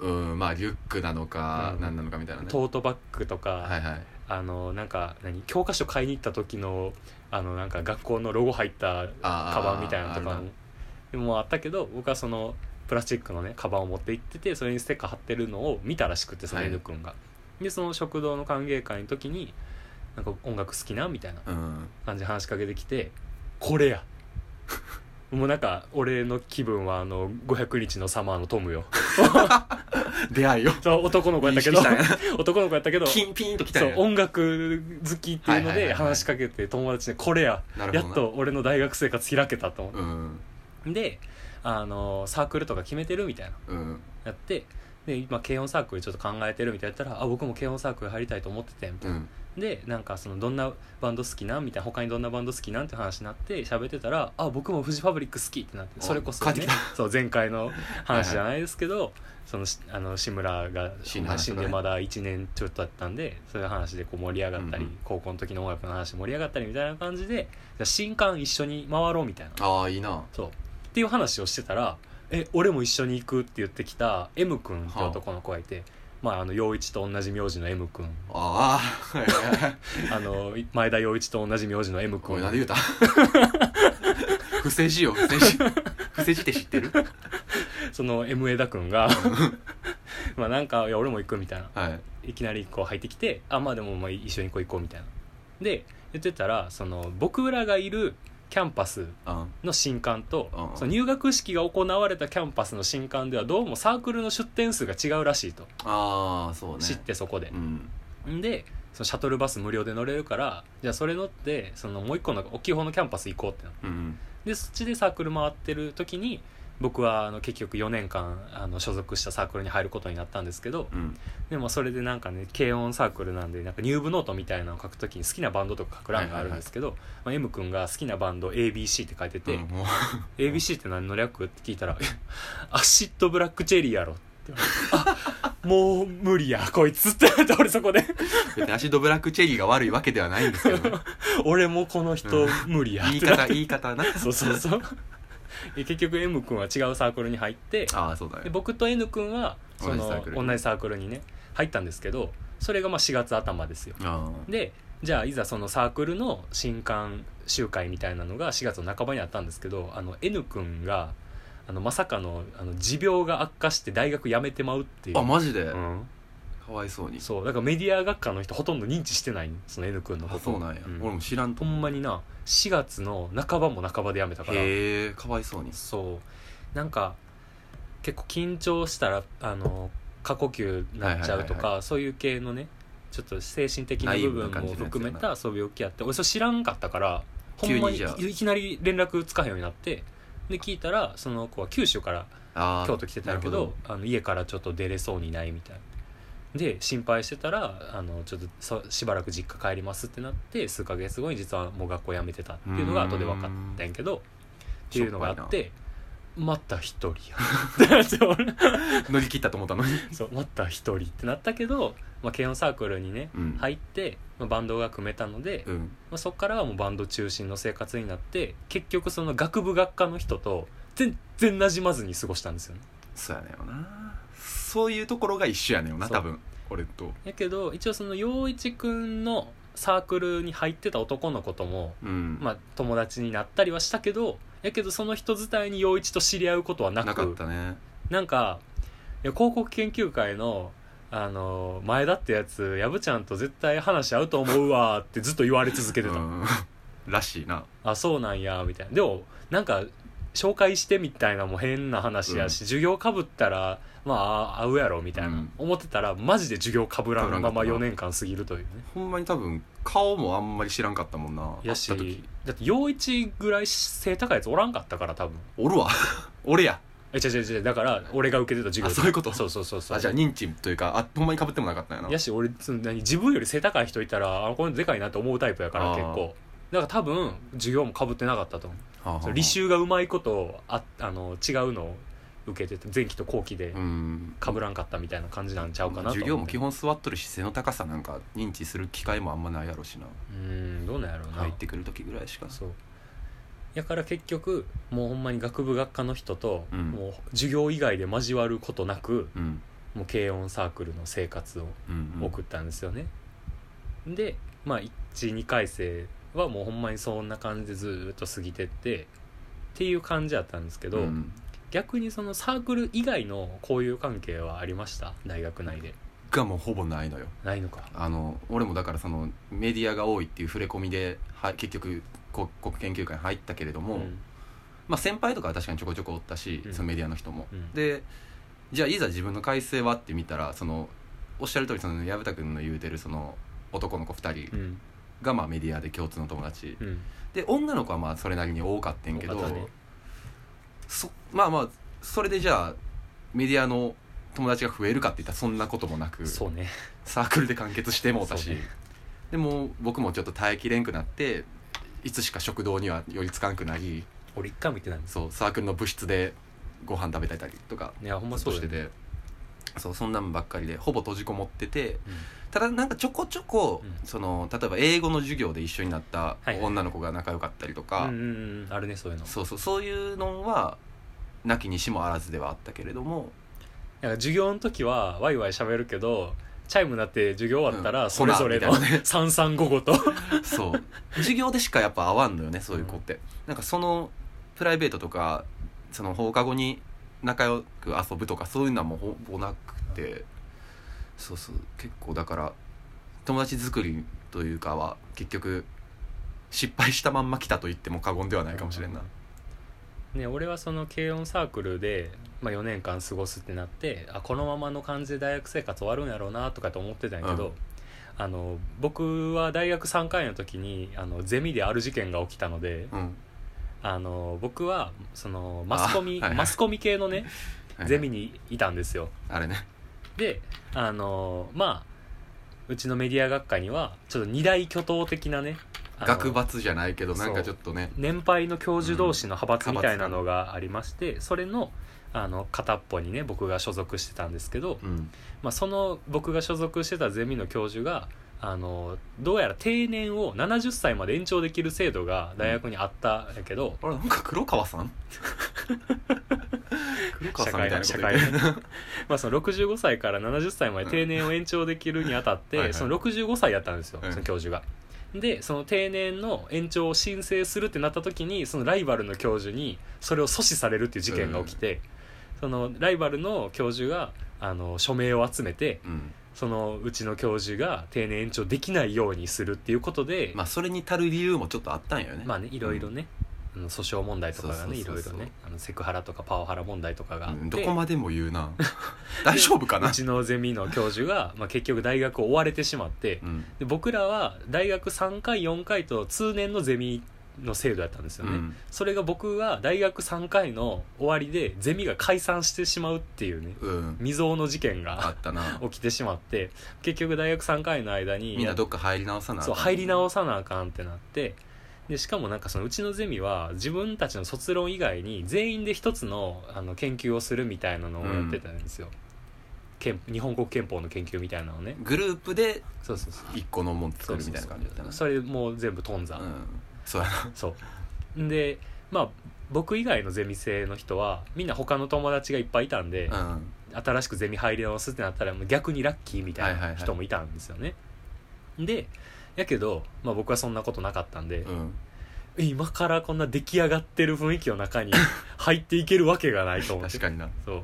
[SPEAKER 2] うんまあリュックなのか
[SPEAKER 1] うん
[SPEAKER 2] 何なのかみたいなね
[SPEAKER 1] トートバッグとか、
[SPEAKER 2] はいはい
[SPEAKER 1] あのなんか何教科書買いに行った時のあのなんか学校のロゴ入った
[SPEAKER 2] あー
[SPEAKER 1] カバンみたいなのと
[SPEAKER 2] あ
[SPEAKER 1] か
[SPEAKER 2] る
[SPEAKER 1] も
[SPEAKER 2] な
[SPEAKER 1] でもあったけど僕はそのプラスチックのねカバンを持って行っててそれにステッカー貼ってるのを見たらしくてその
[SPEAKER 2] はい
[SPEAKER 1] N 君が、でその食堂の歓迎会の時に「なんか音楽好きな?」みたいな
[SPEAKER 2] うん
[SPEAKER 1] 感じで話しかけてきて「これや!」 もうなんか俺の気分はあの500日のサマーのトム よ
[SPEAKER 2] 出会いよ
[SPEAKER 1] そう男の子やったけど 男の子やったけど
[SPEAKER 2] キンピンときたん
[SPEAKER 1] そう
[SPEAKER 2] や
[SPEAKER 1] 音楽好きっていうの
[SPEAKER 2] はいはいはいは
[SPEAKER 1] で
[SPEAKER 2] い
[SPEAKER 1] 話しかけて友達に「これや
[SPEAKER 2] なる
[SPEAKER 1] や
[SPEAKER 2] ほど
[SPEAKER 1] っ
[SPEAKER 2] な
[SPEAKER 1] と俺の大学生活開けた」と思っ
[SPEAKER 2] うん
[SPEAKER 1] てであのサークルとか決めてるみたいな
[SPEAKER 2] うん
[SPEAKER 1] やってで今軽音サークルちょっと考えてるみたいなやったら「あ僕も軽音サークル入りたいと思ってて」みた
[SPEAKER 2] う
[SPEAKER 1] いなんでなんかそのどんなバンド好きなんみたいな他にどんなバンド好きなんって話になって喋ってたら「あ僕もフジファブリック好き」ってなってそれこそ,、
[SPEAKER 2] 帰って
[SPEAKER 1] ね、そう前回の話じゃないですけどそのしあの志村が
[SPEAKER 2] 死んだ
[SPEAKER 1] まあ
[SPEAKER 2] 話
[SPEAKER 1] 死
[SPEAKER 2] と
[SPEAKER 1] ん
[SPEAKER 2] かね
[SPEAKER 1] でまだ1年ちょっとだったんでそういう話でこう盛り上がったり、
[SPEAKER 2] うんうん
[SPEAKER 1] 高校の時の音楽の話盛り上がったりみたいな感じでじゃあ新刊一緒に回ろうみたいな
[SPEAKER 2] ああいいな
[SPEAKER 1] そうっていう話をしてたら「え俺も一緒に行く」って言ってきた M 君って男の子がいて、まああの陽一と同じ名字の M 君
[SPEAKER 2] ああはいはい はい
[SPEAKER 1] あの前田陽一と同じ名字の M 君
[SPEAKER 2] これなんで言うた 不正字よ不正 字不正字って知ってる
[SPEAKER 1] その M 枝君が まあなんか「いや俺も行く」みたいな
[SPEAKER 2] はい
[SPEAKER 1] いきなりこう入ってきて「あまあでもまあ一緒に行こう行こう」みたいなで言ってたらその僕らがいるキャンパス
[SPEAKER 2] あ
[SPEAKER 1] の新刊と
[SPEAKER 2] うん
[SPEAKER 1] その入学式が行われたキャンパスの新刊ではどうもサークルの出店数が違うらしいと
[SPEAKER 2] あーそうね
[SPEAKER 1] 知ってそこで
[SPEAKER 2] うん
[SPEAKER 1] んでそのシャトルバス無料で乗れるからじゃあそれ乗ってそのもう一個の大きい方のキャンパス行こうってなって
[SPEAKER 2] うん
[SPEAKER 1] でそっちでサークル回ってる時に僕はあの結局4年間あの所属したサークルに入ることになったんですけど
[SPEAKER 2] うん
[SPEAKER 1] でもそれでなんかね軽音サークルなんでなんか入部ノートみたいなのを書くときに好きなバンドとか書く欄があるんですけど、まあ、M 君が好きなバンド ABC って書いてて、
[SPEAKER 2] うんもう
[SPEAKER 1] ABC って何の略って聞いたらえ 「アシッドブラックチェリーやろ」って 言われてあもう無理やこいつ」ってなって俺そこで
[SPEAKER 2] 別にアシドブラックチェリーが悪いわけでは ないんですけどね
[SPEAKER 1] 「俺もこの人無理や」
[SPEAKER 2] 言
[SPEAKER 1] っ
[SPEAKER 2] い
[SPEAKER 1] てなって
[SPEAKER 2] 方言い方な
[SPEAKER 1] そうそうそうで結局 M 君は違うサークルに入って
[SPEAKER 2] ああそうだ
[SPEAKER 1] で
[SPEAKER 2] ね
[SPEAKER 1] 僕と N 君はそ
[SPEAKER 2] 同じサー
[SPEAKER 1] の
[SPEAKER 2] クルに
[SPEAKER 1] 同じサークルにね入ったんですけどそれがまあ4月頭ですよ
[SPEAKER 2] あ
[SPEAKER 1] でじゃあいざそのサークルの新刊集会みたいなのが4月の半ばにあったんですけどあの N 君があのまさかのあの持病が悪化して大学辞めてまうっていう
[SPEAKER 2] ああマジで、
[SPEAKER 1] うん、
[SPEAKER 2] かわいそうに
[SPEAKER 1] そうだからメディア学科の人ほとんど認知してないその N 君のこ
[SPEAKER 2] あ
[SPEAKER 1] と
[SPEAKER 2] そうなんや、俺も知らんと
[SPEAKER 1] ほんま
[SPEAKER 2] に
[SPEAKER 1] にな4月の半ばも半ばで辞めたから
[SPEAKER 2] へえかわいそうに
[SPEAKER 1] そうなんか結構緊張したらあの過呼吸になっちゃうとか、
[SPEAKER 2] はいはいは
[SPEAKER 1] そういう系のねちょっと精神的な部分
[SPEAKER 2] ナイーブな感
[SPEAKER 1] も
[SPEAKER 2] じのやつやな
[SPEAKER 1] 含めたそう病気やって俺それ知らんかったからほんまに
[SPEAKER 2] 急にじゃあ
[SPEAKER 1] いいきなり連絡つかへんようになってで聞いたらその子は九州から
[SPEAKER 2] あー
[SPEAKER 1] 京都来てたんやけ
[SPEAKER 2] なる
[SPEAKER 1] どあの家からちょっと出れそうにないみたいで心配してたらあのちょっとそしばらく実家帰りますってなって数ヶ月後に実はもう学校辞めてたっていうのが後で分かったんやけどっていうのがあってまた一人やっ てなって
[SPEAKER 2] ほど乗り切ったと思ったのに
[SPEAKER 1] そうまた一人ってなったけど、まあ、軽音サークルにね
[SPEAKER 2] うん
[SPEAKER 1] 入って、まあ、バンドが組めたので、
[SPEAKER 2] うん
[SPEAKER 1] まあ、そこからはもうバンド中心の生活になって結局その学部学科の人と全然馴染まずに過ごしたんですよね
[SPEAKER 2] そうやねんよなそういうところが一緒やねんよな
[SPEAKER 1] そう
[SPEAKER 2] 多分俺と
[SPEAKER 1] やけど一応その陽一くんのサークルに入ってた男の子とも、
[SPEAKER 2] うん
[SPEAKER 1] まあ、友達になったりはしたけどやけどその人伝いに陽一と知り合うことはなく
[SPEAKER 2] なかったね
[SPEAKER 1] なんかいや広告研究会のあの前田ってやつやぶちゃんと絶対話合うと思うわってずっと言われ続けてた、
[SPEAKER 2] うんらしいな
[SPEAKER 1] あそうなんやみたいなでもなんか紹介してみたいなも変な話やし、授業かぶったらまあ合うやろみたいな、
[SPEAKER 2] うん
[SPEAKER 1] 思ってたらマジで授業かぶらんまま
[SPEAKER 2] 被らんかったな
[SPEAKER 1] 4年間過ぎるというね
[SPEAKER 2] ほんまに多分顔もあんまり知らんかったもんな
[SPEAKER 1] や
[SPEAKER 2] 会
[SPEAKER 1] し
[SPEAKER 2] った時
[SPEAKER 1] だって陽一ぐらい背高いやつおらんかったから多分
[SPEAKER 2] おるわ 俺や
[SPEAKER 1] え違う違う違うだから俺が受けてた授業
[SPEAKER 2] あそういうこと
[SPEAKER 1] そうそうそうそう
[SPEAKER 2] あじゃあ認知というかあほんまにかぶってもなかったんやな
[SPEAKER 1] やし俺その何自分より背高い人いたらあこの人でかいなって思うタイプやから
[SPEAKER 2] あー
[SPEAKER 1] 結構だから多分授業もかぶってなかったと思う
[SPEAKER 2] はあはあ
[SPEAKER 1] その履修がうまいことああの違うのを受けてて前期と後期で
[SPEAKER 2] うん
[SPEAKER 1] かぶらんかったみたいな感じなんちゃうかなと思って
[SPEAKER 2] 授業も基本座っとるし背の高さなんか認知する機会もあんまないやろしな
[SPEAKER 1] うんどうなんやろうな
[SPEAKER 2] 入ってくる時ぐらいしか
[SPEAKER 1] そうやから結局もうほんまに学部学科の人と、
[SPEAKER 2] うん
[SPEAKER 1] もう授業以外で交わることなく
[SPEAKER 2] うん
[SPEAKER 1] もう軽音サークルの生活を
[SPEAKER 2] うんうん
[SPEAKER 1] 送ったんですよね、でまあ12回生はもうほんまにそんな感じでずーっと過ぎてってっていう感じやったんですけど、
[SPEAKER 2] うん
[SPEAKER 1] 逆にそのサークル以外の交友関係はありました大学内で
[SPEAKER 2] がもうほぼないのよ
[SPEAKER 1] ないのか
[SPEAKER 2] あの俺もだからそのメディアが多いっていう触れ込みでは結局国国研究会に入ったけれども、
[SPEAKER 1] うん
[SPEAKER 2] まあ、先輩とかは確かにちょこちょこおったし、
[SPEAKER 1] うん
[SPEAKER 2] そのメディアの人も、
[SPEAKER 1] うん
[SPEAKER 2] でじゃあいざ自分の改正はって見たらそのおっしゃる通りその薮田君の言うてるその男の子2
[SPEAKER 1] う
[SPEAKER 2] 人
[SPEAKER 1] ん
[SPEAKER 2] がまあメディアで共通の友達、
[SPEAKER 1] うん
[SPEAKER 2] で女の子はまあそれなりに多かったんけど、
[SPEAKER 1] 多かったね
[SPEAKER 2] そまあまあそれでじゃあメディアの友達が増えるかっていったらそんなこともなく
[SPEAKER 1] そうね
[SPEAKER 2] サークルで完結してもうたし、
[SPEAKER 1] そうね
[SPEAKER 2] でも僕もちょっと耐えきれんくなっていつしか食堂には寄りつかんくなり
[SPEAKER 1] 俺一回も行ってないんです
[SPEAKER 2] そうサークルの部室でご飯食べたりとか
[SPEAKER 1] いやほんまそ
[SPEAKER 2] そ
[SPEAKER 1] うう
[SPEAKER 2] し
[SPEAKER 1] だ
[SPEAKER 2] て
[SPEAKER 1] よ
[SPEAKER 2] て
[SPEAKER 1] ね、
[SPEAKER 2] そうそんなんばっかりでほぼ閉じこもってて
[SPEAKER 1] うん
[SPEAKER 2] ただなんかちょこちょこ、
[SPEAKER 1] うん
[SPEAKER 2] その例えば英語の授業で一緒になった
[SPEAKER 1] はいはい
[SPEAKER 2] 女の子が仲良かったりとか、
[SPEAKER 1] うんうんうんあるねそういうの
[SPEAKER 2] そうそうそういうのはなきにしもあらずではあったけれども
[SPEAKER 1] なんか授業の時はワイワイ喋るけどチャイムなって授業終わった
[SPEAKER 2] う
[SPEAKER 1] ら
[SPEAKER 2] ん
[SPEAKER 1] それぞれの
[SPEAKER 2] ほらみたいなね
[SPEAKER 1] 三三五五と
[SPEAKER 2] そう授業でしかやっぱ合わんのよねそういう子って、なんかそのプライベートとかその放課後に仲良く遊ぶとかそういうのはもうほぼなくてそうそう結構だから友達作りというかは結局失敗したまんま来たと言っても過言ではないかもしれんな、
[SPEAKER 1] ね俺はその軽音サークルで、まあ、4年間過ごすってなってあこのままの感じで大学生活終わるんやろうなとかと思ってたんやけど、
[SPEAKER 2] うん
[SPEAKER 1] あの僕は大学3回の時にあのゼミである事件が起きたので
[SPEAKER 2] うん
[SPEAKER 1] あの僕はそのマスコミ、
[SPEAKER 2] あはいはい
[SPEAKER 1] マスコミ系のね
[SPEAKER 2] はい
[SPEAKER 1] ゼミにいたんですよ
[SPEAKER 2] あれね
[SPEAKER 1] であのまあうちのメディア学科にはちょっと二大巨頭的なねあの
[SPEAKER 2] 学罰じゃないけどなんか
[SPEAKER 1] そう
[SPEAKER 2] ちょっとね
[SPEAKER 1] 年配の教授同士の派閥みたいなのがありまして、それのあの片っぽにね僕が所属してたんですけど、
[SPEAKER 2] うん
[SPEAKER 1] まあ、その僕が所属してたゼミの教授があのどうやら定年を70歳まで延長できる制度が大学にあったんやけど、
[SPEAKER 2] あれなんか黒川さん 黒川
[SPEAKER 1] 社
[SPEAKER 2] さん
[SPEAKER 1] 会
[SPEAKER 2] みた
[SPEAKER 1] の
[SPEAKER 2] いなこ
[SPEAKER 1] 社
[SPEAKER 2] と言っ
[SPEAKER 1] 会
[SPEAKER 2] て
[SPEAKER 1] の まあその65歳から70歳まで定年を延長できるにあたって
[SPEAKER 2] はいはい
[SPEAKER 1] その65歳やったんですよ、
[SPEAKER 2] うん
[SPEAKER 1] その教授が。でその定年の延長を申請するってなった時にそのライバルの教授にそれを阻止されるっていう事件が起きて、そのライバルの教授があの署名を集めて
[SPEAKER 2] うん
[SPEAKER 1] そのうちの教授が定年延長できないようにするっていうことで、
[SPEAKER 2] まあそれに足る理由もちょっとあったんよね
[SPEAKER 1] まあねいろいろね、あの訴訟問題とかがねい
[SPEAKER 2] そう
[SPEAKER 1] ろ
[SPEAKER 2] そ
[SPEAKER 1] いう
[SPEAKER 2] そ
[SPEAKER 1] ろ
[SPEAKER 2] うそう
[SPEAKER 1] ねあのセクハラとかパワハラ問題とかがあっ
[SPEAKER 2] うん
[SPEAKER 1] て
[SPEAKER 2] どこまでも言う な大丈夫かな
[SPEAKER 1] うちのゼミの教授が、まあ、結局大学を追われてしまって
[SPEAKER 2] うん
[SPEAKER 1] で僕らは大学3回4回と通年のゼミの制度やったんですよね、
[SPEAKER 2] うん
[SPEAKER 1] それが僕は大学3回の終わりでゼミが解散してしまうっていうね
[SPEAKER 2] うん
[SPEAKER 1] 未曾有の事件
[SPEAKER 2] あ
[SPEAKER 1] が
[SPEAKER 2] っ たな
[SPEAKER 1] 起きてしまって結局大学3回の間に
[SPEAKER 2] みんなどっか入り直さな
[SPEAKER 1] そう入り直
[SPEAKER 2] す
[SPEAKER 1] さなあかんってなってでしかもなんかそのうちのゼミは自分たちの卒論以外に全員で一つのあの研究をするみたいなのをやってたんですよ、憲日本国憲法の研究みたいなのをね
[SPEAKER 2] グループで
[SPEAKER 1] そうそうそう
[SPEAKER 2] 一個のもん作
[SPEAKER 1] そう
[SPEAKER 2] る
[SPEAKER 1] そう
[SPEAKER 2] みたいな感じだったな
[SPEAKER 1] それもう全部頓挫、
[SPEAKER 2] うんそうやな
[SPEAKER 1] そうでまあ僕以外のゼミ生の人はみんな他の友達がいっぱいいたんで、
[SPEAKER 2] うん
[SPEAKER 1] 新しくゼミ入り直すってなったらもう逆にラッキーみたい
[SPEAKER 2] はいはい
[SPEAKER 1] な
[SPEAKER 2] はい
[SPEAKER 1] 人もいたんですよね、でやけど、まあ、僕はそんなことなかったんで、
[SPEAKER 2] うん
[SPEAKER 1] 今からこんな出来上がってる雰囲気の中に 入っていけるわけがないと思って
[SPEAKER 2] 確かにな
[SPEAKER 1] そう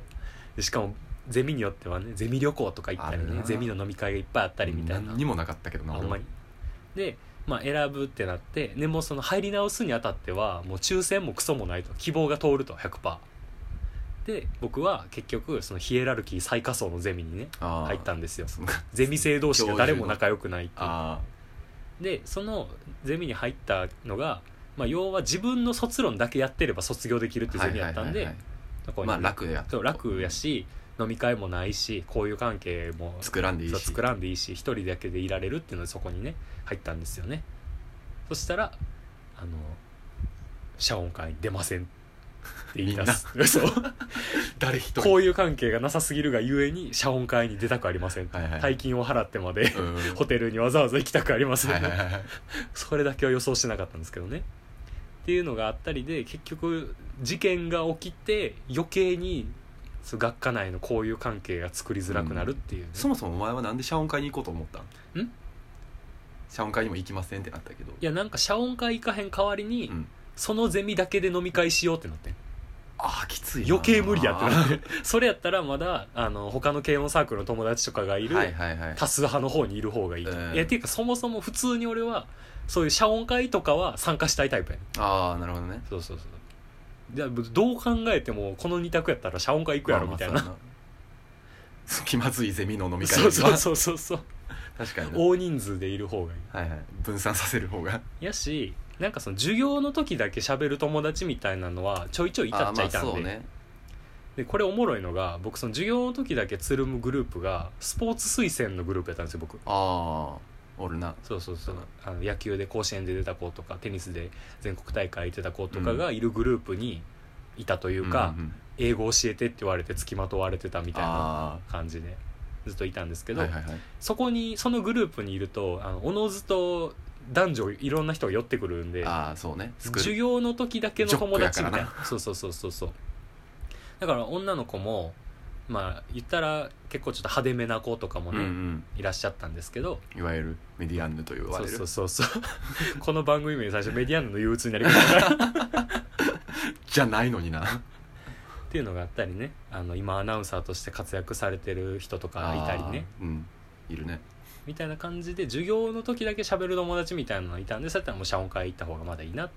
[SPEAKER 1] でしかもゼミによってはねゼミ旅行とか行ったり
[SPEAKER 2] ある
[SPEAKER 1] ね
[SPEAKER 2] な
[SPEAKER 1] ゼミの飲み会がいっぱいあったりみたいな
[SPEAKER 2] 何にもなかったけどな
[SPEAKER 1] あほんまにで、まあ、選ぶってなってでもうその入り直すにあたってはもう抽選もクソもないと希望が通ると100%で僕は結局そのヒエラルキー最下層のゼミにね入
[SPEAKER 2] 入
[SPEAKER 1] ったんですよ
[SPEAKER 2] その
[SPEAKER 1] ゼミ生同士が誰も仲良くないっていう
[SPEAKER 2] あ
[SPEAKER 1] でそのゼミに入ったのが、まあ、要は自分の卒論だけやってれば卒業できるってい
[SPEAKER 2] あ
[SPEAKER 1] うゼミやったんで、
[SPEAKER 2] はいはいはい
[SPEAKER 1] そ
[SPEAKER 2] は
[SPEAKER 1] こ
[SPEAKER 2] い
[SPEAKER 1] に
[SPEAKER 2] まあ楽や
[SPEAKER 1] そう楽やし飲み会もないし交友関係も
[SPEAKER 2] 作らんでいい
[SPEAKER 1] そう
[SPEAKER 2] し
[SPEAKER 1] 作らんでいいし一人だけでいられるっていうのでそこにね入ったんですよねそしたらあの謝恩会に出ませんって言い出す そう
[SPEAKER 2] 誰一人
[SPEAKER 1] 交友関係がなさすぎるがゆえに謝恩会に出たくありません、
[SPEAKER 2] はいはい
[SPEAKER 1] 大金を払ってまで、
[SPEAKER 2] うんはい
[SPEAKER 1] ホテルにわざわざ行きたくありません、
[SPEAKER 2] はいはいはい
[SPEAKER 1] それだけは予想してなかったんですけどねっていうのがあったりで結局事件が起きて余計にそう学科内の交友関係が作りづらくなるっていうね、
[SPEAKER 2] そもそもお前はなんで謝恩会に行こうと思ったん
[SPEAKER 1] ん
[SPEAKER 2] 謝恩会にも行きませんってなったけど
[SPEAKER 1] いやなんか謝恩会行かへん代わりに、
[SPEAKER 2] うん
[SPEAKER 1] そのゼミだけで飲み会しようってなってん
[SPEAKER 2] ああきついな
[SPEAKER 1] 余計無理やってなって それやったらまだあの他の軽音サークルの友達とかがいる、
[SPEAKER 2] はいはいはい
[SPEAKER 1] 多数派の方にいる方がいいと、
[SPEAKER 2] うん
[SPEAKER 1] いやっていうかそもそも普通に俺はそういう謝恩会とかは参加したいタイプやねん
[SPEAKER 2] ああなるほどね
[SPEAKER 1] そうそうそうじゃあどう考えてもこの二択やったら謝恩会行くやろみたいな、
[SPEAKER 2] まあまあそうやな気まずいゼミの 飲み会
[SPEAKER 1] そうそうそ
[SPEAKER 2] う
[SPEAKER 1] うそう そう
[SPEAKER 2] 確かにな
[SPEAKER 1] 大人数でいる方がいい
[SPEAKER 2] はいはい分散させる方が
[SPEAKER 1] やしなんかその授業の時だけ喋る友達みたいなのはちょいちょいいた
[SPEAKER 2] あ
[SPEAKER 1] っち
[SPEAKER 2] ま
[SPEAKER 1] ゃ
[SPEAKER 2] あ
[SPEAKER 1] いたんで,、
[SPEAKER 2] そうね
[SPEAKER 1] でこれおもろいのが僕その授業の時だけつるむグループがスポーツ推薦のグループやったんですよ僕
[SPEAKER 2] ああおるな
[SPEAKER 1] そうそうそう
[SPEAKER 2] うん
[SPEAKER 1] あの野球で甲子園で出た子とかテニスで全国大会出た子とかがいるグループにいたというか、
[SPEAKER 2] んんん
[SPEAKER 1] 英語教えてって言われて付きまとわれてたみたいな
[SPEAKER 2] あ
[SPEAKER 1] 感じでずっといたんですけ
[SPEAKER 2] あ
[SPEAKER 1] ど、
[SPEAKER 2] はいはいはい
[SPEAKER 1] そこにそのグループにいるとあのおのずと男女いろんな人が寄ってくるんで
[SPEAKER 2] ああそうねスクー
[SPEAKER 1] 授
[SPEAKER 2] ル
[SPEAKER 1] 業の時だけの友達みたい
[SPEAKER 2] ジョックや
[SPEAKER 1] なそうそうそうそうそうだから女の子もまあ言ったら結構ちょっと派手めな子とかも
[SPEAKER 2] うん
[SPEAKER 1] ね、
[SPEAKER 2] うん
[SPEAKER 1] いらっしゃったんですけど
[SPEAKER 2] いわゆるメディアンヌと言わ
[SPEAKER 1] そ
[SPEAKER 2] れ
[SPEAKER 1] う
[SPEAKER 2] る
[SPEAKER 1] そうそうそう この番組名最初メディアンヌの憂鬱になりましたからっ
[SPEAKER 2] じゃないのにな
[SPEAKER 1] ていうのがあったりねあの今アナウンサーとして活躍されてる人とかいたりね
[SPEAKER 2] あーうんいるね
[SPEAKER 1] みたいな感じで授業の時だけ喋る友達みたいなのがいたんでそうやったらもう謝恩会行った方がまだいいなっ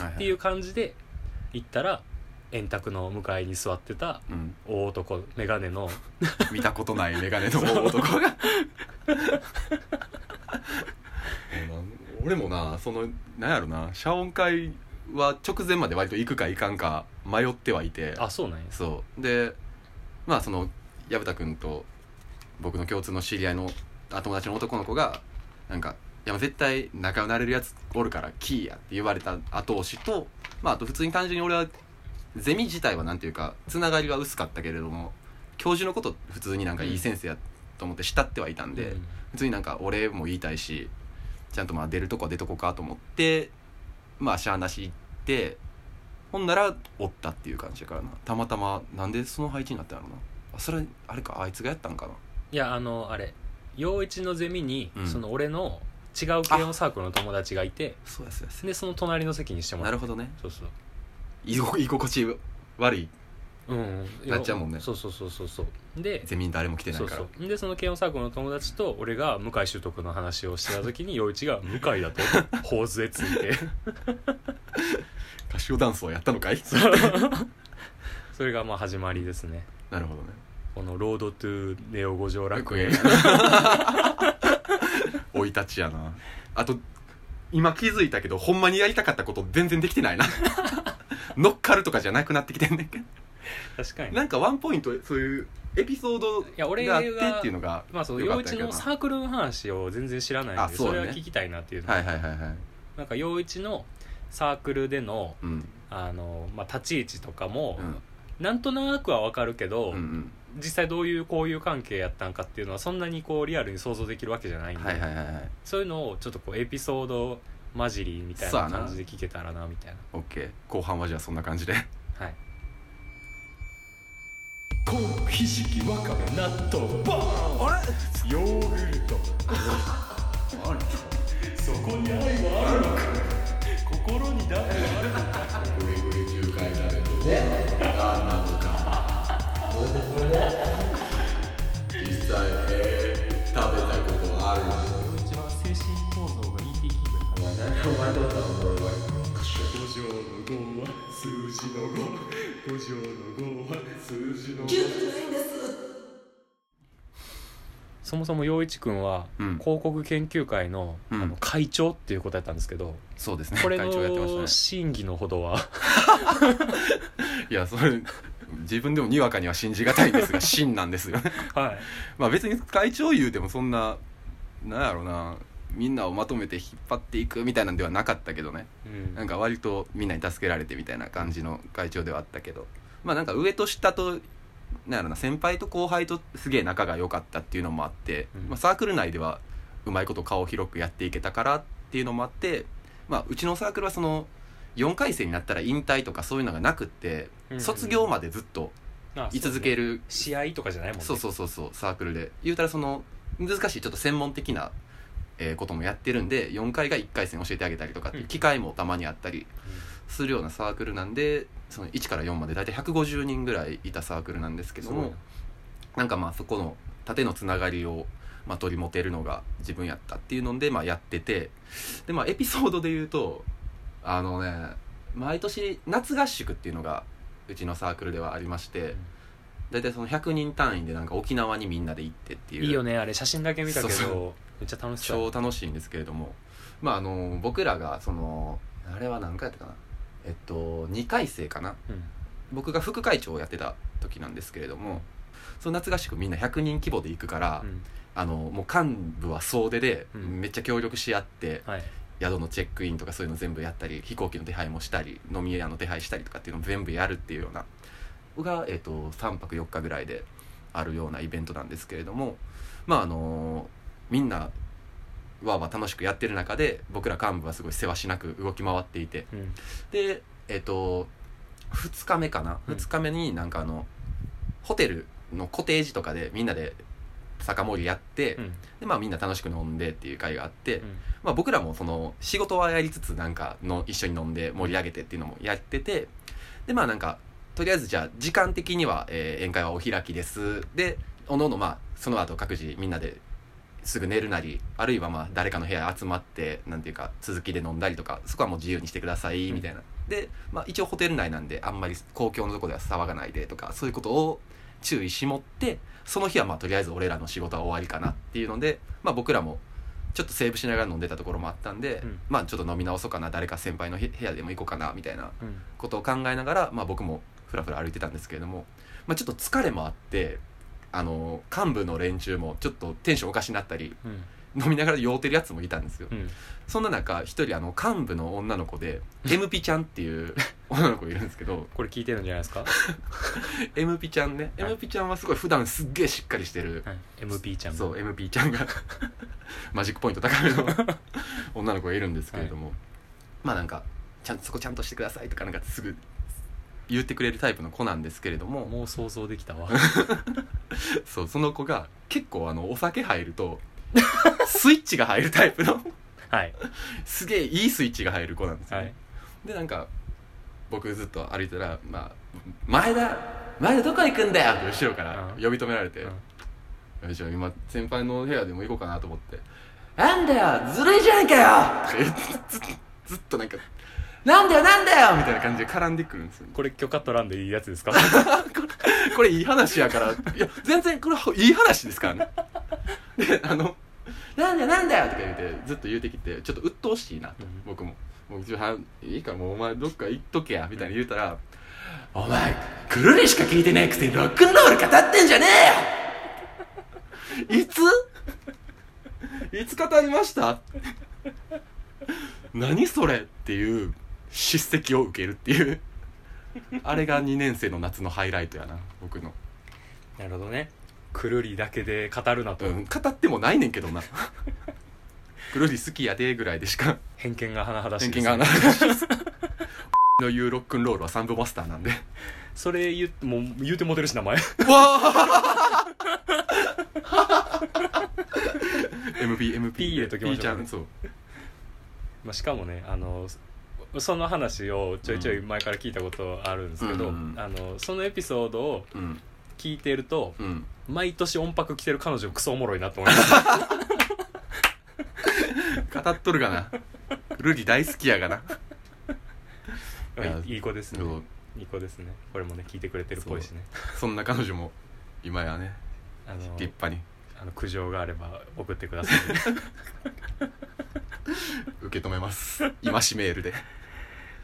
[SPEAKER 2] はいは
[SPEAKER 1] ていう感じで行ったら円卓の向かいに座ってた
[SPEAKER 2] うん
[SPEAKER 1] 大男メガネ の
[SPEAKER 2] 見たことない眼鏡の大男が俺もなそのなんやろな謝恩会は直前まで割と行くか行かんか迷ってはいて
[SPEAKER 1] あそうなんや
[SPEAKER 2] そうでまあその薮田君と僕の共通の知り合いのあ友達の男の子がなんか「いや絶対仲良くなれるやつおるからキーや」って言われた後押しと、まあ、あと普通に単純に俺はゼミ自体はなんていうかつながりは薄かったけれども教授のこと普通になんかいい先生やと思って慕ってはいたんで、
[SPEAKER 1] うん
[SPEAKER 2] 普通になんかお礼も言いたいしちゃんとまあ出るとこは出とこかと思ってまあしゃあなし行ってほんならおったっていう感じだからなたまたまなんでその配置になったんやろなあそれあれかあいつがやったんかない
[SPEAKER 1] やあのあれ陽一のゼミに、
[SPEAKER 2] うん
[SPEAKER 1] その俺の違う系のサークルの友達がいて
[SPEAKER 2] そうやそうやそう
[SPEAKER 1] でその隣の席にして
[SPEAKER 2] や
[SPEAKER 1] もら
[SPEAKER 2] な
[SPEAKER 1] った
[SPEAKER 2] るほどね
[SPEAKER 1] そうそう
[SPEAKER 2] 居心居心地悪い
[SPEAKER 1] うんいや
[SPEAKER 2] なっちゃうもんね
[SPEAKER 1] そうそうそうそうそうで
[SPEAKER 2] ゼミに誰も来てない
[SPEAKER 1] そう
[SPEAKER 2] から
[SPEAKER 1] そうでその慶応サークルの友達と俺が向井修徳の話をしてた時 に陽一が「向井だと」頬杖ついて
[SPEAKER 2] 合唱ダンスをやったのかい
[SPEAKER 1] それがまあ始まりですね
[SPEAKER 2] なるほどね
[SPEAKER 1] この「ロードトゥネオ五条楽 園」
[SPEAKER 2] 生い立ちやなあと今気づいたけどほんまにやりたかったこと全然できてな いな乗っかるとかじゃなくなってきてんねんけど
[SPEAKER 1] 確かに
[SPEAKER 2] なんかワンポイントそういうエピソード
[SPEAKER 1] や俺
[SPEAKER 2] があってっていうのが
[SPEAKER 1] まあそう
[SPEAKER 2] よか
[SPEAKER 1] 陽
[SPEAKER 2] った
[SPEAKER 1] 一
[SPEAKER 2] けどな
[SPEAKER 1] のサークルの話を全然知らないん
[SPEAKER 2] あ
[SPEAKER 1] で
[SPEAKER 2] そう
[SPEAKER 1] そ
[SPEAKER 2] だね
[SPEAKER 1] れは聞きたいなっていうの
[SPEAKER 2] はいはいはいはい
[SPEAKER 1] なんか陽一のサークルでの
[SPEAKER 2] うん
[SPEAKER 1] あの、まあ、立ち位置とかも
[SPEAKER 2] う、ん
[SPEAKER 1] なんとなくは分かるけど、
[SPEAKER 2] うんうん
[SPEAKER 1] 実際どういう交友関係やったんかっていうのはそんなにこうリアルに想像できるわけじゃないんで、
[SPEAKER 2] はいはいはいはい
[SPEAKER 1] そういうのをちょっとこうエピソード混じりみたい
[SPEAKER 2] そう
[SPEAKER 1] な
[SPEAKER 2] やな
[SPEAKER 1] 感じで聞けたらなみたい
[SPEAKER 2] OK 後半はじゃあそんな感じで
[SPEAKER 1] なはいそもそも陽一君は、
[SPEAKER 2] うん
[SPEAKER 1] 広告研究会の,、
[SPEAKER 2] うん
[SPEAKER 1] あの会長っていうことやったんですけど
[SPEAKER 2] そうですね
[SPEAKER 1] これ
[SPEAKER 2] 会長やってました
[SPEAKER 1] の
[SPEAKER 2] ね
[SPEAKER 1] 真偽のほ どは
[SPEAKER 2] いやそれ自分でもにわかには信じがたい んですが真なんですよ ね
[SPEAKER 1] はい
[SPEAKER 2] まあ別に会長言うてもそんななんやろなみんなをまとめて引っ張っていくみたいなんではなかったけどね
[SPEAKER 1] うん
[SPEAKER 2] なんか割とみんなに助けられてみたいな感じの会長ではあったけどまあなんか上と下となんやろな先輩と後輩とすげえ仲が良かったっていうのもあって、
[SPEAKER 1] うん
[SPEAKER 2] まあ、サークル内ではうまいこと顔を広くやっていけたからっていうのもあって、まあ、うちのサークルはその4回生になったら引退とかそういうのがなくって
[SPEAKER 1] うんうん
[SPEAKER 2] 卒業までずっと
[SPEAKER 1] あ
[SPEAKER 2] 居続ける
[SPEAKER 1] 試合とかじゃないもんね
[SPEAKER 2] そうそうそうそうサークルで言うたらその難しいちょっと専門的な、ええーこともやってるんで4回が1回戦教えてあげたりとかっていう機会もたまにあったりするようなサークルなんでその1から4まで大体150人ぐらいいたサークルなんですけど
[SPEAKER 1] すごい
[SPEAKER 2] も
[SPEAKER 1] な
[SPEAKER 2] なんかまあそこの縦のつながりを、まあ、取り持てるのが自分やったっていうので、まあ、やっててでまあエピソードで言うとあのね毎年夏合宿っていうのがうちのサークルではありまして大体その100人単位でなんか沖縄にみんなで行ってっていう
[SPEAKER 1] いいよねあれ写真だけ見たけ
[SPEAKER 2] そう
[SPEAKER 1] どめっちゃ楽しそ
[SPEAKER 2] 超
[SPEAKER 1] う
[SPEAKER 2] 楽しいんですけれどもまああの僕らがそのあれは何回やったかなえっと2回生かな
[SPEAKER 1] うん
[SPEAKER 2] 僕が副会長をやってた時なんですけれどもその夏合宿みんな100人規模で行くから、
[SPEAKER 1] うん
[SPEAKER 2] あのもう幹部は総出で
[SPEAKER 1] うん
[SPEAKER 2] めっちゃ協力し合って、
[SPEAKER 1] はい
[SPEAKER 2] 宿のチェックインとかそういうの全部やったり飛行機の手配もしたり飲み屋の手配したりとかっていうのを全部やるっていうようなが、えっと3泊4日ぐらいであるようなイベントなんですけれどもまああのみんなわーわー楽しくやってる中で僕ら幹部はすごいせわしなく動き回っていて
[SPEAKER 1] うん
[SPEAKER 2] でえっ、と2日目かな
[SPEAKER 1] うん
[SPEAKER 2] 2日目になんかあのホテルのコテージとかでみんなで酒盛りやって、
[SPEAKER 1] うん
[SPEAKER 2] でまあみんな楽しく飲んでっていう会があって、
[SPEAKER 1] うん
[SPEAKER 2] まあ、僕らもその仕事はやりつつなんかの一緒に飲んで盛り上げてっていうのもやっててでまあなんかとりあえずじゃあ時間的には、えー宴会はお開きですでおのおのまあその後各自みんなですぐ寝るなりあるいはまあ誰かの部屋集まってなんていうか続きで飲んだりとかそこはもう自由にしてくださいみたいな、で、まあ、一応ホテル内なんであんまり公共のとこでは騒がないでとかそういうことを注意しもってその日はまあとりあえず俺らの仕事は終わりかなっていうので、まあ、僕らもちょっとセーブしながら飲んでたところもあったんで、
[SPEAKER 1] うん
[SPEAKER 2] まあちょっと飲み直そうかな誰か先輩のへ部屋でも行こうかなみたいな
[SPEAKER 1] うん
[SPEAKER 2] ことを考えながら、まあ、僕もふらふら歩いてたんですけれども、まあ、ちょっと疲れもあってあの幹部の連中もちょっとテンションおかしになったり
[SPEAKER 1] うん
[SPEAKER 2] 飲みながら酔うてるやつもいたんですよ、
[SPEAKER 1] うん
[SPEAKER 2] そんな中一人あの幹部の女の子で MP ちゃんっていう女の子いるんです けど
[SPEAKER 1] これ聞いてるんじゃないですか
[SPEAKER 2] MP ちゃんね
[SPEAKER 1] はい
[SPEAKER 2] MP ちゃんはすごい普段すっげえしっかりしてる
[SPEAKER 1] はい MP ちゃん
[SPEAKER 2] そう MP ちゃんが マジックポイント高 めの女の子がいるんですけれども、まあなんかちゃんとそこちゃんとしてくださいとかなんかすぐ言ってくれるタイプの子なんですけれども
[SPEAKER 1] もう想像できた わ
[SPEAKER 2] そうその子が結構あのお酒入ると スイッチが入るタイプの
[SPEAKER 1] はい
[SPEAKER 2] すげえいいスイッチが入る子なんですよ、
[SPEAKER 1] は
[SPEAKER 2] ね
[SPEAKER 1] い
[SPEAKER 2] でなんか僕ずっと歩いてたら、まあ「前田前田どこ行くんだよ!」って後ろから
[SPEAKER 1] うん
[SPEAKER 2] 呼び止められて
[SPEAKER 1] うん
[SPEAKER 2] 「じゃあ今先輩の部屋でも行こうかなと思って「なんだよずるいじゃんかよ!」とか言ってずっとずっとなんか「なんだよなんだよ!」みたいな感じで絡んでくるんですよ
[SPEAKER 1] これ許可取らんでいいやつです か
[SPEAKER 2] これいい話やからいや全然これいい話ですからね であの「なんだよなんだよ」とか言ってずっと言うてきてちょっと鬱陶しいなと、
[SPEAKER 1] うん
[SPEAKER 2] 僕ももう自分いいからもうお前どっか行っとけやみたいに言うたら「お前くるりしか聞いてないくせにロックンロール語ってんじゃねえよいついつ語りました何それっていう叱責を受けるっていうあれが2年生の夏のハイライトやな僕の
[SPEAKER 1] なるほどねくるりだけで語るなと、
[SPEAKER 2] うん語ってもないねんけど なくるり好きやでぐらいでしか
[SPEAKER 1] 偏見が甚だしい
[SPEAKER 2] 偏
[SPEAKER 1] で
[SPEAKER 2] 見
[SPEAKER 1] すね
[SPEAKER 2] がないの言うロックンロールはサンボマスターなんでわ
[SPEAKER 1] それ言うもう言うてモデルし名前
[SPEAKER 2] あ MPMP
[SPEAKER 1] P 入れときましょう
[SPEAKER 2] ちゃんそう
[SPEAKER 1] まあしかもねあのそその話をちょいちょい前から聞いたことあるんですけど、
[SPEAKER 2] うん
[SPEAKER 1] あのそのエピソードを
[SPEAKER 2] うん
[SPEAKER 1] 聞いてると
[SPEAKER 2] うん
[SPEAKER 1] 毎年音拍着てる彼女クソおもろいなと思います
[SPEAKER 2] 語っとるがなくるり大好きやがな いや
[SPEAKER 1] いいい子ですね
[SPEAKER 2] そう
[SPEAKER 1] いい子ですねこれもね聞いてくれてるっぽいしね
[SPEAKER 2] そんな彼女も今やね
[SPEAKER 1] あの
[SPEAKER 2] 立派に
[SPEAKER 1] あの苦情があれば送ってください
[SPEAKER 2] 受け止めます 今しメールで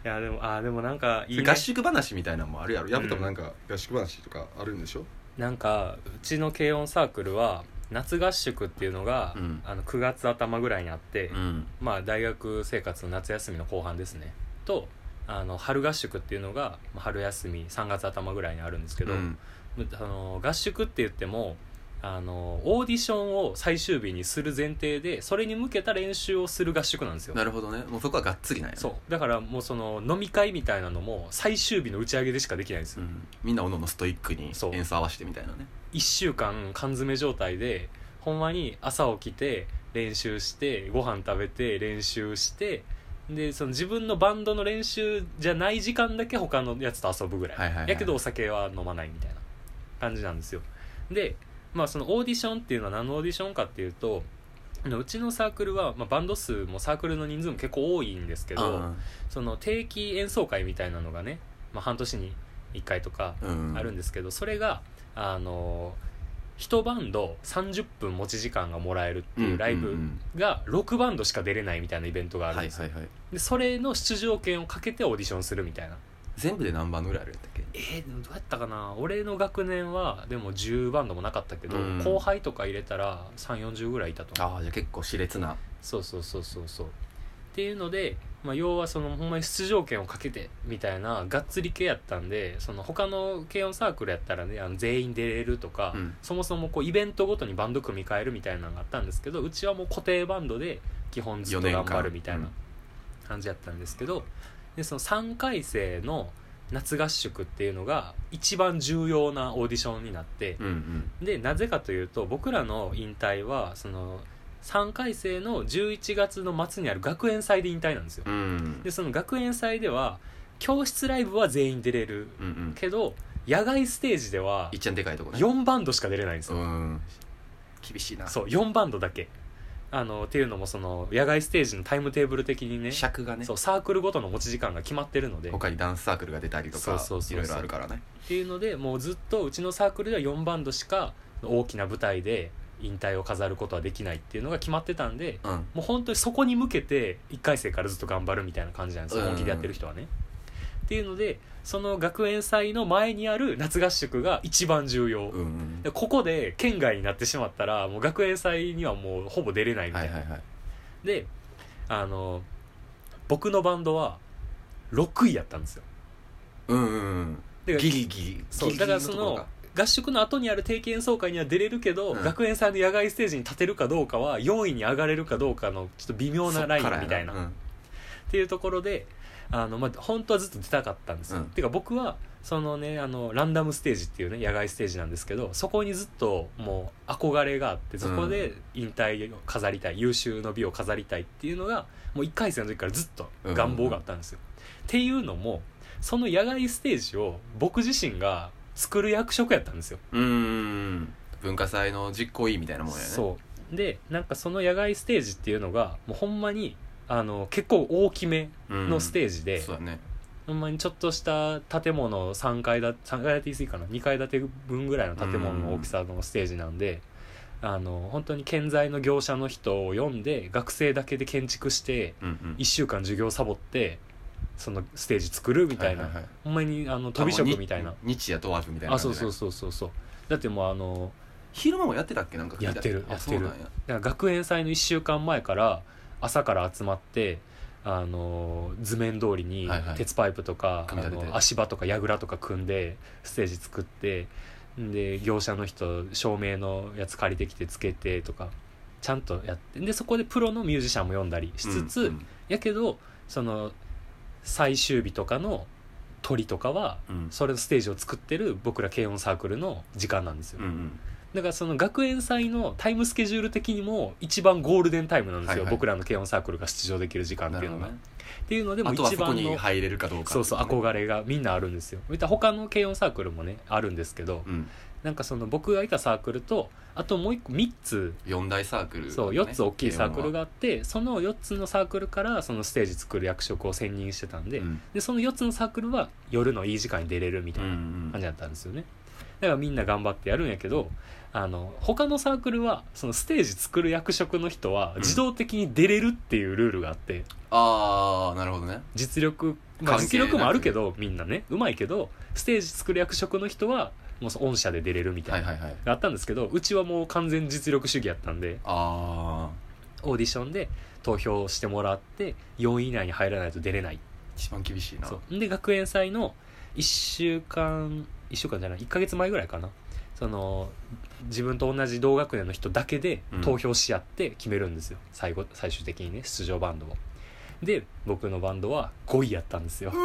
[SPEAKER 1] いやでもあーでもなんかいい、ね
[SPEAKER 2] 合、宿話みたいなのもあるやろやぶたもなんか合宿話とかあるんでしょ
[SPEAKER 1] なんかうちの軽音サークルは夏合宿っていうのが、
[SPEAKER 2] うん
[SPEAKER 1] あの9月頭ぐらいにあって、
[SPEAKER 2] ん
[SPEAKER 1] まあ、大学生活の夏休みの後半ですねとあの春合宿っていうのがまあ春休み3月頭ぐらいにあるんですけど、
[SPEAKER 2] うん
[SPEAKER 1] あの合宿って言ってもあのオーディションを最終日にする前提でそれに向けた練習をする合宿なんですよ
[SPEAKER 2] なるほどねもうそこはがっつりない
[SPEAKER 1] そうだからもうその飲み会みたいなのも最終日の打ち上げでしかできないんですよ、
[SPEAKER 2] ん、みんなおののストイックに
[SPEAKER 1] そう
[SPEAKER 2] 演奏合わせてみたいなね
[SPEAKER 1] 1週間缶詰状態でほんまに朝起きて練習してご飯食べて練習してでその自分のバンドの練習じゃない時間だけ他のやつと遊ぶぐらい,、
[SPEAKER 2] はいはいはい
[SPEAKER 1] やけどお酒は飲まないみたいな感じなんですよで、まあ、そのオーディションっていうのは何のオーディションかっていうとあのうちのサークルは、まあ、バンド数もサークルの人数も結構多いんですけど、その定期演奏会みたいなのがね、まあ、半年に1回とか
[SPEAKER 2] うん
[SPEAKER 1] あるんですけど、それがあの一バンド30分持ち時間がもらえるっていうライ
[SPEAKER 2] うん
[SPEAKER 1] ブ
[SPEAKER 2] うんうん
[SPEAKER 1] が6バンドしか出れないみたいなイベントがあるん
[SPEAKER 2] は
[SPEAKER 1] で
[SPEAKER 2] い
[SPEAKER 1] すよ、
[SPEAKER 2] はいはい
[SPEAKER 1] でそれの出場権をかけてオーディションするみたいな
[SPEAKER 2] 全部で何番ぐらいあるんだっけ
[SPEAKER 1] えー、でもどうやったかな俺の学年はでも10バンドもなかったけど、
[SPEAKER 2] うん
[SPEAKER 1] 後輩とか入れたら340ぐらいいたと思う
[SPEAKER 2] ああじゃあ結構熾烈な
[SPEAKER 1] そうそうそうそうそうっていうので、まあ、要はそのほんまに出場権をかけてみたいながっつり系やったんでその他の軽音サークルやったらねあの全員出れるとか、
[SPEAKER 2] うん
[SPEAKER 1] そもそもこうイベントごとにバンド組み替えるみたいなのがあったんですけどうちはもう固定バンドで基本ずっと頑張るみたい
[SPEAKER 2] 四
[SPEAKER 1] な
[SPEAKER 2] 年
[SPEAKER 1] 感じやったんですけど、でその3回生の夏合宿っていうのが一番重要なオーディションになって、
[SPEAKER 2] うんうん
[SPEAKER 1] でなぜかというと僕らの引退はその3回生の11月の末にある学園祭で引退なんですよ
[SPEAKER 2] うん
[SPEAKER 1] でその学園祭では教室ライブは全員出れる
[SPEAKER 2] うんうん
[SPEAKER 1] けど野外ステージではい
[SPEAKER 2] っちゃんでかいとこね
[SPEAKER 1] 4バンドしか出れないんです
[SPEAKER 2] う
[SPEAKER 1] よ、
[SPEAKER 2] ん厳しいな
[SPEAKER 1] そう4バンドだけあのっていうのもその野外ステージのタイムテーブル的にね
[SPEAKER 2] 尺がね
[SPEAKER 1] そうサークルごとの持ち時間が決まってるので
[SPEAKER 2] 他にダンスサークルが出たりと
[SPEAKER 1] そう
[SPEAKER 2] か
[SPEAKER 1] そうそうそう
[SPEAKER 2] いろいろあるからね
[SPEAKER 1] っていうのでもうずっとうちのサークルでは4バンドしか大きな舞台で引退を飾ることはできないっていうのが決まってたんで
[SPEAKER 2] うん
[SPEAKER 1] もう本当にそこに向けて1回生からずっと頑張るみたいな感じなんですよ
[SPEAKER 2] うん
[SPEAKER 1] 本気でやってる人はね。っていうのでその学園祭の前にある夏合宿が一番重要、
[SPEAKER 2] うんうん
[SPEAKER 1] でここで県外になってしまったらもう学園祭にはもうほぼ出れないみたい
[SPEAKER 2] は
[SPEAKER 1] な、
[SPEAKER 2] いはいはい
[SPEAKER 1] であの僕のバンドは6位やったんですよ
[SPEAKER 2] うんうんう
[SPEAKER 1] で
[SPEAKER 2] んギリギリ
[SPEAKER 1] そう
[SPEAKER 2] ギリギリ
[SPEAKER 1] だからそ
[SPEAKER 2] ところ
[SPEAKER 1] の
[SPEAKER 2] が
[SPEAKER 1] 合宿の後にある定期演奏会には出れるけど、
[SPEAKER 2] うん
[SPEAKER 1] 学園祭の野外ステージに立てるかどうかは4位に上がれるかどうかのちょっと微妙なラインみたいな、
[SPEAKER 2] そっからやうん
[SPEAKER 1] っていうところであの、まあ、本当はずっと出たかったんですよ、
[SPEAKER 2] うん
[SPEAKER 1] てか僕はそのねあのランダムステージっていうね野外ステージなんですけどそこにずっともう憧れがあってそこで引退を飾りたい、優秀の美を飾りたいっていうのがもう1回戦の時からずっと願望があったんですよ、っていうのもその野外ステージを僕自身が作る役職やったんですよ
[SPEAKER 2] うーん文化祭の実行委員みたいなもんやね
[SPEAKER 1] そうでなんかその野外ステージっていうのがもうほんまにあの結構大きめ
[SPEAKER 2] うん
[SPEAKER 1] のステージで、
[SPEAKER 2] そうだね
[SPEAKER 1] ほんまにちょっとした建物3階だ3階建て言い過ぎかな2階建て分ぐらいの建物の大きさのステージなんで、あの本当に建材の業者の人を呼んで学生だけで建築して
[SPEAKER 2] うんうん
[SPEAKER 1] 1週間授業サボってそのステージ作るみたいな、
[SPEAKER 2] ははは
[SPEAKER 1] ほんまにあの飛び職みたいな
[SPEAKER 2] あもうに日夜問わずみたいな
[SPEAKER 1] あ
[SPEAKER 2] 感じ
[SPEAKER 1] そうそ
[SPEAKER 2] ね
[SPEAKER 1] うそうそうそうだってもうあの
[SPEAKER 2] 昼間もやってたっけなんか聞いた
[SPEAKER 1] やってる
[SPEAKER 2] あ
[SPEAKER 1] やってる
[SPEAKER 2] そうなん
[SPEAKER 1] だ
[SPEAKER 2] や
[SPEAKER 1] から学園祭の1週間前から朝から集まってあの図面通りに
[SPEAKER 2] はいはい
[SPEAKER 1] 鉄パイプとか、
[SPEAKER 2] 組み立て
[SPEAKER 1] あ
[SPEAKER 2] て
[SPEAKER 1] の足場とか櫓とか組んでステージ作ってで業者の人照明のやつ借りてきてつけてとかちゃんとやってでそこでプロのミュージシャンも呼んだりしつつ、
[SPEAKER 2] うん
[SPEAKER 1] やけどその最終日とかの鳥とかは
[SPEAKER 2] うんうん
[SPEAKER 1] それのステージを作ってる僕ら軽音サークルの時間なんですよ。
[SPEAKER 2] うんうん
[SPEAKER 1] だからその学園祭のタイムスケジュール的にも一番ゴールデンタイムなんですよ、
[SPEAKER 2] はいはい
[SPEAKER 1] 僕らの軽音サークルが出場できる時間っ
[SPEAKER 2] な
[SPEAKER 1] てい
[SPEAKER 2] る
[SPEAKER 1] う
[SPEAKER 2] ほ
[SPEAKER 1] のが、
[SPEAKER 2] どね
[SPEAKER 1] っていうのでも
[SPEAKER 2] あとは
[SPEAKER 1] 一
[SPEAKER 2] そこ
[SPEAKER 1] 番
[SPEAKER 2] に
[SPEAKER 1] の
[SPEAKER 2] 入れるかどうか
[SPEAKER 1] そうそう
[SPEAKER 2] っていね
[SPEAKER 1] 憧れがみんなあるんですよ言ったら他の軽音サークルもねあるんですけど、
[SPEAKER 2] うん
[SPEAKER 1] なんかその僕がいたサークルとあともう一個3つ
[SPEAKER 2] 四大サークル
[SPEAKER 1] そう4つ大きいサークル
[SPEAKER 2] あ
[SPEAKER 1] があってその4つのサークルからそのステージ作る役職を選任してたんで,、でその4つのサークルは夜のいい時間に出れるみたいな感じだったんですよねだからみんな頑張ってやるんやけどあの他のサークルはそのステージ作る役職の人は
[SPEAKER 2] ん
[SPEAKER 1] 自動的に出れるっていうルールがあって
[SPEAKER 2] ああなるほどね
[SPEAKER 1] 実力、まあ、
[SPEAKER 2] 関
[SPEAKER 1] 実
[SPEAKER 2] 係なく
[SPEAKER 1] 力もあるけどみんなねうまいけどステージ作る役職の人はもう御社で出れるみた
[SPEAKER 2] はいい
[SPEAKER 1] な、
[SPEAKER 2] はいはい
[SPEAKER 1] があったんですけどうちはもう完全実力主義やったんで
[SPEAKER 2] ああ
[SPEAKER 1] オーディションで投票してもらって4位以内に入らないと出れない
[SPEAKER 2] 一番厳しいな
[SPEAKER 1] そうで学園祭の1週間1週間じゃない1ヶ月前ぐらいかなその自分と同じ同学年の人だけで
[SPEAKER 2] うん
[SPEAKER 1] 投票し合って決めるんですよ、最後最終的にね出場バンドをで僕のバンドは5位やったんです よ
[SPEAKER 2] うー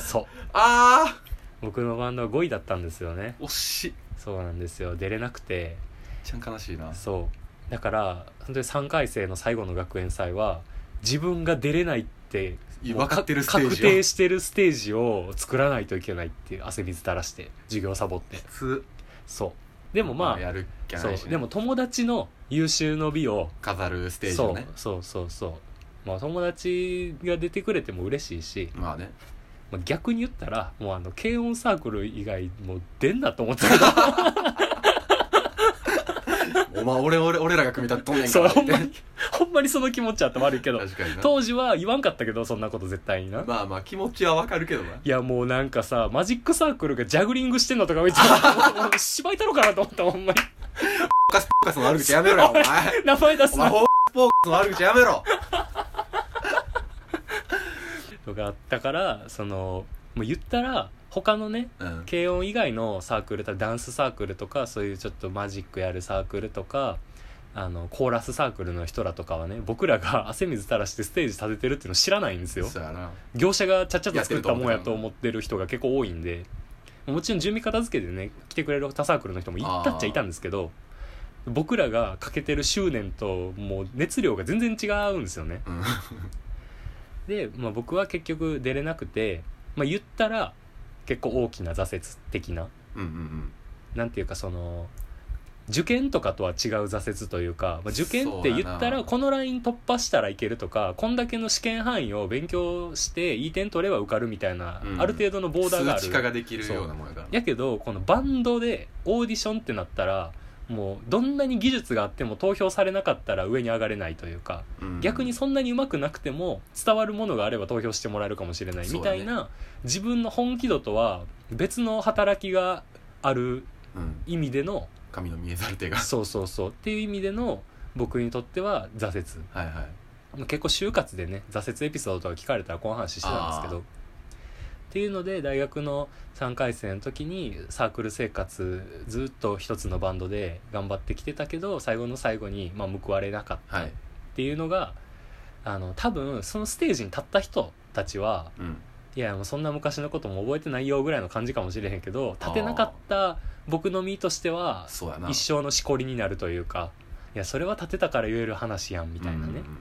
[SPEAKER 1] そう
[SPEAKER 2] あ
[SPEAKER 1] 僕のバンドは5位だったんですよね
[SPEAKER 2] ー惜しい
[SPEAKER 1] そうなんですよ出れなくて
[SPEAKER 2] ちゃ悲しいな
[SPEAKER 1] そうだから本当に3回生の最後の学園祭は自分が出れないって
[SPEAKER 2] いや
[SPEAKER 1] もう
[SPEAKER 2] 分かってるステージを
[SPEAKER 1] 確定してるステージを作らないといけないっていう汗水垂らして授業サボって
[SPEAKER 2] 普通
[SPEAKER 1] そうでもまあ、
[SPEAKER 2] やるっきゃ
[SPEAKER 1] そ
[SPEAKER 2] な
[SPEAKER 1] う
[SPEAKER 2] いしね、
[SPEAKER 1] でも友達の優秀の美を
[SPEAKER 2] 飾るステージをね
[SPEAKER 1] そうそうそうそうまあ友達が出てくれても嬉しいし、
[SPEAKER 2] まあね
[SPEAKER 1] まあ、逆に言ったらもうあの軽音サークル以外もう出んなと思って
[SPEAKER 2] お前俺俺俺らが組み立てとんね
[SPEAKER 1] た
[SPEAKER 2] ん
[SPEAKER 1] そ
[SPEAKER 2] か
[SPEAKER 1] う
[SPEAKER 2] ら
[SPEAKER 1] ほんま
[SPEAKER 2] って
[SPEAKER 1] に ほんまにその気持ちあった悪いけど
[SPEAKER 2] 確かにな
[SPEAKER 1] 当時は言わんかったけどそんなこと絶対にな、
[SPEAKER 2] まあまあ気持ちはわかるけどない
[SPEAKER 1] やもうなんかさマジックサークルがジャグリングしてんのとか 見てたらもう芝居たのかなと思ったほんまに
[SPEAKER 2] ポッカスポッカスの悪口やめろよお前
[SPEAKER 1] 名前出す
[SPEAKER 2] お前
[SPEAKER 1] な
[SPEAKER 2] ポッカスポッカスの悪口やめろ
[SPEAKER 1] とかあったからそのもう言ったら他のね
[SPEAKER 2] うん
[SPEAKER 1] 軽音以外のサークルダンスサークルとかそういうちょっとマジックやるサークルとかあのコーラスサークルの人らとかはね僕らが汗水垂らしてステージ立ててるっていうの知らないんですよ
[SPEAKER 2] そうやな
[SPEAKER 1] 業者がちゃっちゃと作ったもんやと思ってる人が結構多いんでもちろん準備片付けでね来てくれる他サークルの人もいたっちゃいたんですけど僕らがかけてる執念ともう熱量が全然違うんですよね
[SPEAKER 2] うん
[SPEAKER 1] で、まあ、僕は結局出れなくて、まあ、言ったら結構大きな挫折的な
[SPEAKER 2] うんうん
[SPEAKER 1] なんていうかその受験とかとは違う挫折というか、まあ、受験って言った
[SPEAKER 2] そうや
[SPEAKER 1] ら
[SPEAKER 2] な
[SPEAKER 1] このライン突破したらいけるとかこんだけの試験範囲を勉強していい点取れば受かるみたいな、
[SPEAKER 2] うん
[SPEAKER 1] ある程度のボ
[SPEAKER 2] うん
[SPEAKER 1] ーダーがあ
[SPEAKER 2] 数値化
[SPEAKER 1] る
[SPEAKER 2] ができるようなもんやから
[SPEAKER 1] やけどこのバンドでオーディションってなったらもうどんなに技術があっても投票されなかったら上に上がれないというか
[SPEAKER 2] うん
[SPEAKER 1] 逆にそんなに上手くなくても伝わるものがあれば投票してもらえるかもしれない
[SPEAKER 2] そ
[SPEAKER 1] み
[SPEAKER 2] うだ
[SPEAKER 1] た
[SPEAKER 2] ね
[SPEAKER 1] いな、自分の本気度とは別の働きがある
[SPEAKER 2] うん
[SPEAKER 1] 意味での
[SPEAKER 2] 神の見えざる手が
[SPEAKER 1] そうそうそうっていう意味での僕にとっては挫折
[SPEAKER 2] はいはい
[SPEAKER 1] まあ結構就活でね挫折エピソードとか聞かれたらこの話してたんですけど
[SPEAKER 2] あー
[SPEAKER 1] っていうので大学の3回生の時にサークル生活ずっと一つのバンドで頑張ってきてたけど最後の最後にまあ報われなかった
[SPEAKER 2] はい
[SPEAKER 1] っていうのがあの多分そのステージに立った人たちは
[SPEAKER 2] うん
[SPEAKER 1] いやもうそんな昔のことも覚えてないよぐらいの感じかもしれへんけど立てなかった僕の身としては
[SPEAKER 2] そうやな
[SPEAKER 1] 一生のしこりになるというかいやそれは立てたから言える話やんみたいな
[SPEAKER 2] うんう
[SPEAKER 1] ね、
[SPEAKER 2] んうん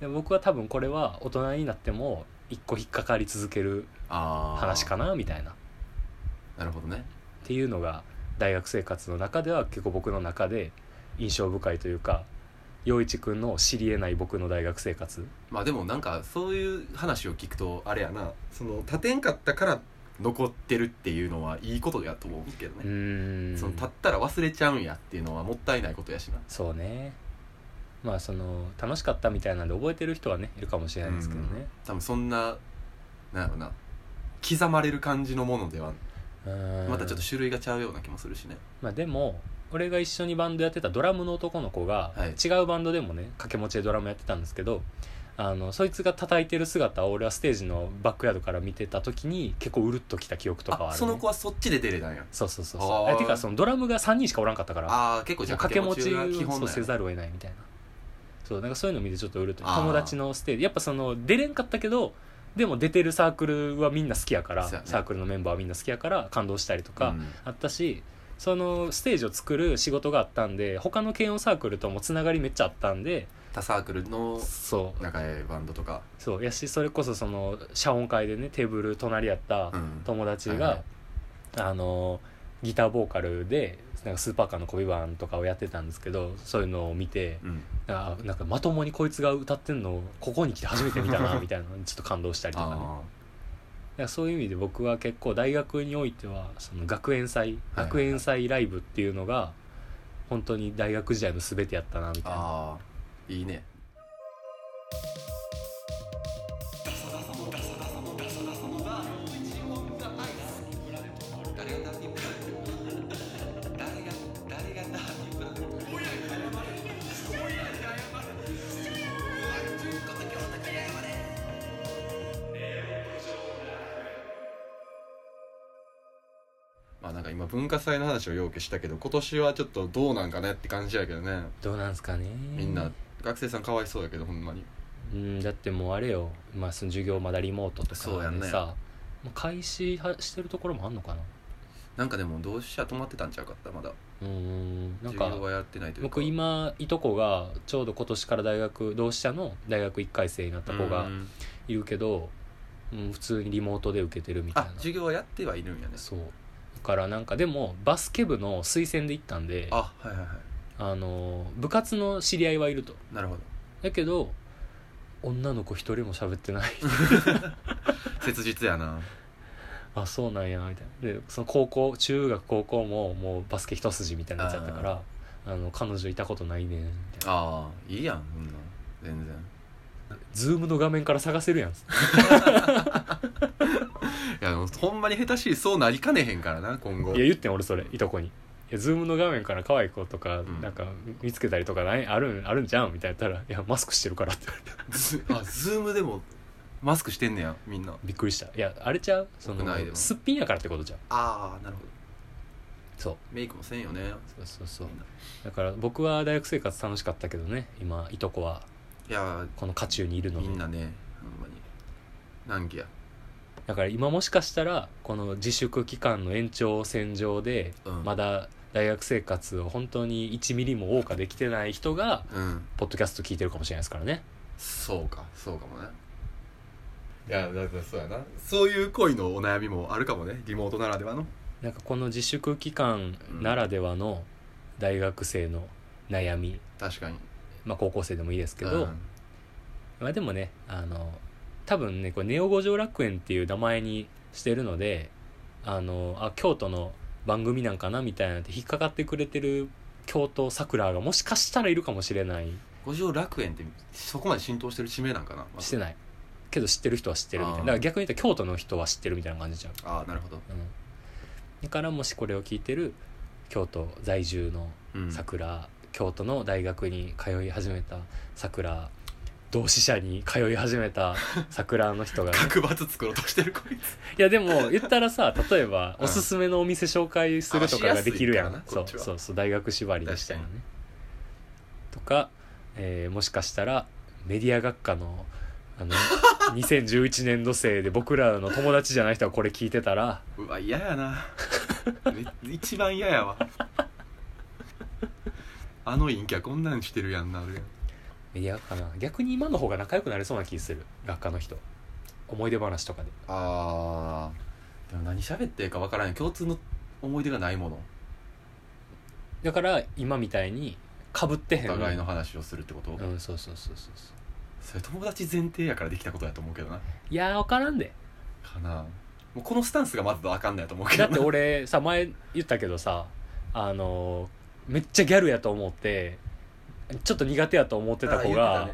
[SPEAKER 1] で僕は多分これは大人になっても一個引っかかり続ける
[SPEAKER 2] ああ
[SPEAKER 1] 話かなみたいなっ
[SPEAKER 2] なるほどね
[SPEAKER 1] ていうのが大学生活の中では結構僕の中で印象深いというか陽一くんの知りえない僕の大学生活
[SPEAKER 2] まあでもなんかそういう話を聞くとあれやなその立てんかったから残ってるっていうのはいいことやと思うけど
[SPEAKER 1] う
[SPEAKER 2] ね、
[SPEAKER 1] ーん
[SPEAKER 2] その立ったら忘れちゃうんやっていうのはもったいないことやしな
[SPEAKER 1] そうねまあその楽しかったみたいなんで覚えてる人はねいるかもしれないですけどね
[SPEAKER 2] 多分そんななんやろな刻まれる感じのものでは
[SPEAKER 1] うん
[SPEAKER 2] またちょっと種類がちゃうような気もするしね
[SPEAKER 1] まあでも俺が一緒にバンドやってたドラムの男の子が、
[SPEAKER 2] はい
[SPEAKER 1] 違うバンドでもね掛け持ちでドラムやってたんですけどあのそいつが叩いてる姿を俺はステージのバックヤードから見てた時に結構うるっときた記憶とかはある、
[SPEAKER 2] あ
[SPEAKER 1] ね、
[SPEAKER 2] その子はそっちで出れたんや
[SPEAKER 1] そうそうそう
[SPEAKER 2] あ
[SPEAKER 1] そう
[SPEAKER 2] ー
[SPEAKER 1] えてかそのドラムが3人しかおらんかったから
[SPEAKER 2] ああ結構じゃあ
[SPEAKER 1] 掛け持ち
[SPEAKER 2] 掛
[SPEAKER 1] を
[SPEAKER 2] け持ちが基本
[SPEAKER 1] そう
[SPEAKER 2] なん
[SPEAKER 1] せ
[SPEAKER 2] や
[SPEAKER 1] ざるを得ないみたいなそうなんかそういうの見てちょっとうるっと
[SPEAKER 2] あー
[SPEAKER 1] 友達のステージやっぱその出れんかったけどでも出てるサークルはみんな好きやから
[SPEAKER 2] そうやね
[SPEAKER 1] サークルのメンバーはみんな好きやから感動したりとか、
[SPEAKER 2] うん
[SPEAKER 1] あったしそのステージを作る仕事があったんで他の軽音サークルともつながりめっちゃあったんで
[SPEAKER 2] 他サークルの
[SPEAKER 1] そう
[SPEAKER 2] 仲良いバンドとか
[SPEAKER 1] そうやしそれこそその謝恩会でねテーブル隣やった
[SPEAKER 2] ん
[SPEAKER 1] 友達が、
[SPEAKER 2] はい
[SPEAKER 1] あのギターボーカルでなんかスーパーカーのコビバンとかをやってたんですけどそういうのを見て
[SPEAKER 2] うん
[SPEAKER 1] あなんかまともにこいつが歌ってんのをここに来て初めて見たなみたいなちょっと感動したりとかね
[SPEAKER 2] あ
[SPEAKER 1] だからそういう意味で僕は結構大学においてはその学園祭
[SPEAKER 2] はい
[SPEAKER 1] 学園祭ライブっていうのが本当に大学時代の全てやったなみ
[SPEAKER 2] ー
[SPEAKER 1] たいな
[SPEAKER 2] あーいいねまあなんか今文化祭の話を要求したけど今年はちょっとどうなんかねって感じやけどね
[SPEAKER 1] どうなんですかね
[SPEAKER 2] みんな学生さんかわいそうやけどほんまに
[SPEAKER 1] うんだってもうあれよ、まあ、その授業まだリモートと
[SPEAKER 2] そう
[SPEAKER 1] か
[SPEAKER 2] や
[SPEAKER 1] で
[SPEAKER 2] んね
[SPEAKER 1] さ、もう開始はしてるところもあんのかな
[SPEAKER 2] なんかでも同志社止まってたんちゃうかったまだ
[SPEAKER 1] ううんなん
[SPEAKER 2] 授
[SPEAKER 1] か
[SPEAKER 2] 業はやってないというか
[SPEAKER 1] 僕今いとこがちょうど今年から大学同志社の大学1回生になった子が
[SPEAKER 2] うん
[SPEAKER 1] いるけど、うん、普通にリモートで受けてるみたい
[SPEAKER 2] あ
[SPEAKER 1] な
[SPEAKER 2] 授業はやってはいるんやね
[SPEAKER 1] そうだからなんかでもバスケ部の推薦で行ったんであ
[SPEAKER 2] あはいはいは
[SPEAKER 1] の部活の知り合いはいると
[SPEAKER 2] いなるほど
[SPEAKER 1] だけど女の子一人も喋ってない
[SPEAKER 2] 切実やな
[SPEAKER 1] あそうなんやみたいなでその高校中学高校ももうバスケ一筋みたいになっちゃったからあの彼女いたことないねんみたいな
[SPEAKER 2] ああいいやんそんなん全然
[SPEAKER 1] ズームの画面から探せるやん
[SPEAKER 2] いやでもほんまに下手しいそうなりかねへんからな今後
[SPEAKER 1] いや言ってん俺それいとこにいやズームの画面から可愛い子とか、
[SPEAKER 2] ん
[SPEAKER 1] なんか見つけたりとかないあるんあるんじゃんみたいな言ったら「いやマスクしてるから」って言われた
[SPEAKER 2] ズあズームでもマスクしてんねやみんな
[SPEAKER 1] びっくりしたいやあれちゃうそ
[SPEAKER 2] 屋内で
[SPEAKER 1] の
[SPEAKER 2] も
[SPEAKER 1] すっぴんやからってことじゃん
[SPEAKER 2] ああなるほど
[SPEAKER 1] そう
[SPEAKER 2] メイクもせんよね
[SPEAKER 1] そうそうそうだから僕は大学生活楽しかったけどね今いとこはい
[SPEAKER 2] や
[SPEAKER 1] この渦中にいるの
[SPEAKER 2] み
[SPEAKER 1] で
[SPEAKER 2] んなねほんまに難儀や
[SPEAKER 1] だから今もしかしたらこの自粛期間の延長線上で、
[SPEAKER 2] うん
[SPEAKER 1] まだ大学生活を本当に1ミリも謳歌できてない人が
[SPEAKER 2] うん
[SPEAKER 1] ポッドキャスト聞いてるかもしれないですからね
[SPEAKER 2] そうかそうかもねいやだからそうやなそういう恋のお悩みもあるかもねリモートならではの
[SPEAKER 1] なんかこの自粛期間ならではの大学生の悩み、
[SPEAKER 2] 確かに
[SPEAKER 1] まあ、高校生でもいいですけど、
[SPEAKER 2] うん
[SPEAKER 1] まあ、でもねあの多分ねこれネオ五条楽園っていう名前にしてるのであのあ京都の番組なんかなみたいなって引っかかってくれてる京都さくらがもしかしたらいるかもしれない
[SPEAKER 2] 五条楽園ってそこまで浸透してる地名なんかな、
[SPEAKER 1] してないけど知ってる人は知ってるみたい
[SPEAKER 2] あー
[SPEAKER 1] なだから逆に言ったら京都の人は知ってるみたいな感じじゃん
[SPEAKER 2] ああなるほど、
[SPEAKER 1] うん、だからもしこれを聞いてる京都在住の
[SPEAKER 2] うん
[SPEAKER 1] 桜、京都の大学に通い始めた桜同志社に通い始めた桜の人が、ね、
[SPEAKER 2] 角罰作ろうとしてるこいつ
[SPEAKER 1] いやでも言ったら さ例えば
[SPEAKER 2] うん
[SPEAKER 1] おすすめのお店紹介するとかができるや
[SPEAKER 2] あし
[SPEAKER 1] ん
[SPEAKER 2] やすいか
[SPEAKER 1] そう
[SPEAKER 2] らなこっちは
[SPEAKER 1] そうそう大学縛りでしたよねと
[SPEAKER 2] 確
[SPEAKER 1] か、えーもしかしたらメディア学科のあの 2011年度生で僕らの友達じゃない人はこれ聞いてたら
[SPEAKER 2] うわ嫌や なめ一番嫌やわあの陰キャこんなんしてるやんなあるやん
[SPEAKER 1] メディア学科な逆に今の方が仲良くなれそうな気する学科の人思い出話とかで
[SPEAKER 2] あーでも何喋ってるかわからない共通の思い出がないもの
[SPEAKER 1] だから今みたいにかぶってへ
[SPEAKER 2] お
[SPEAKER 1] ん
[SPEAKER 2] 互いの話をするってこと、
[SPEAKER 1] うんそうそうそうそうそう
[SPEAKER 2] それ友達前提やからできたことやと思うけどない
[SPEAKER 1] やー分からんで
[SPEAKER 2] かなもうこのスタンスがまずあかんないと思う け
[SPEAKER 1] だ
[SPEAKER 2] ど
[SPEAKER 1] って俺さ前言ったけどさあのーめっちゃギャルやと思ってちょっと苦手やと思ってた子が、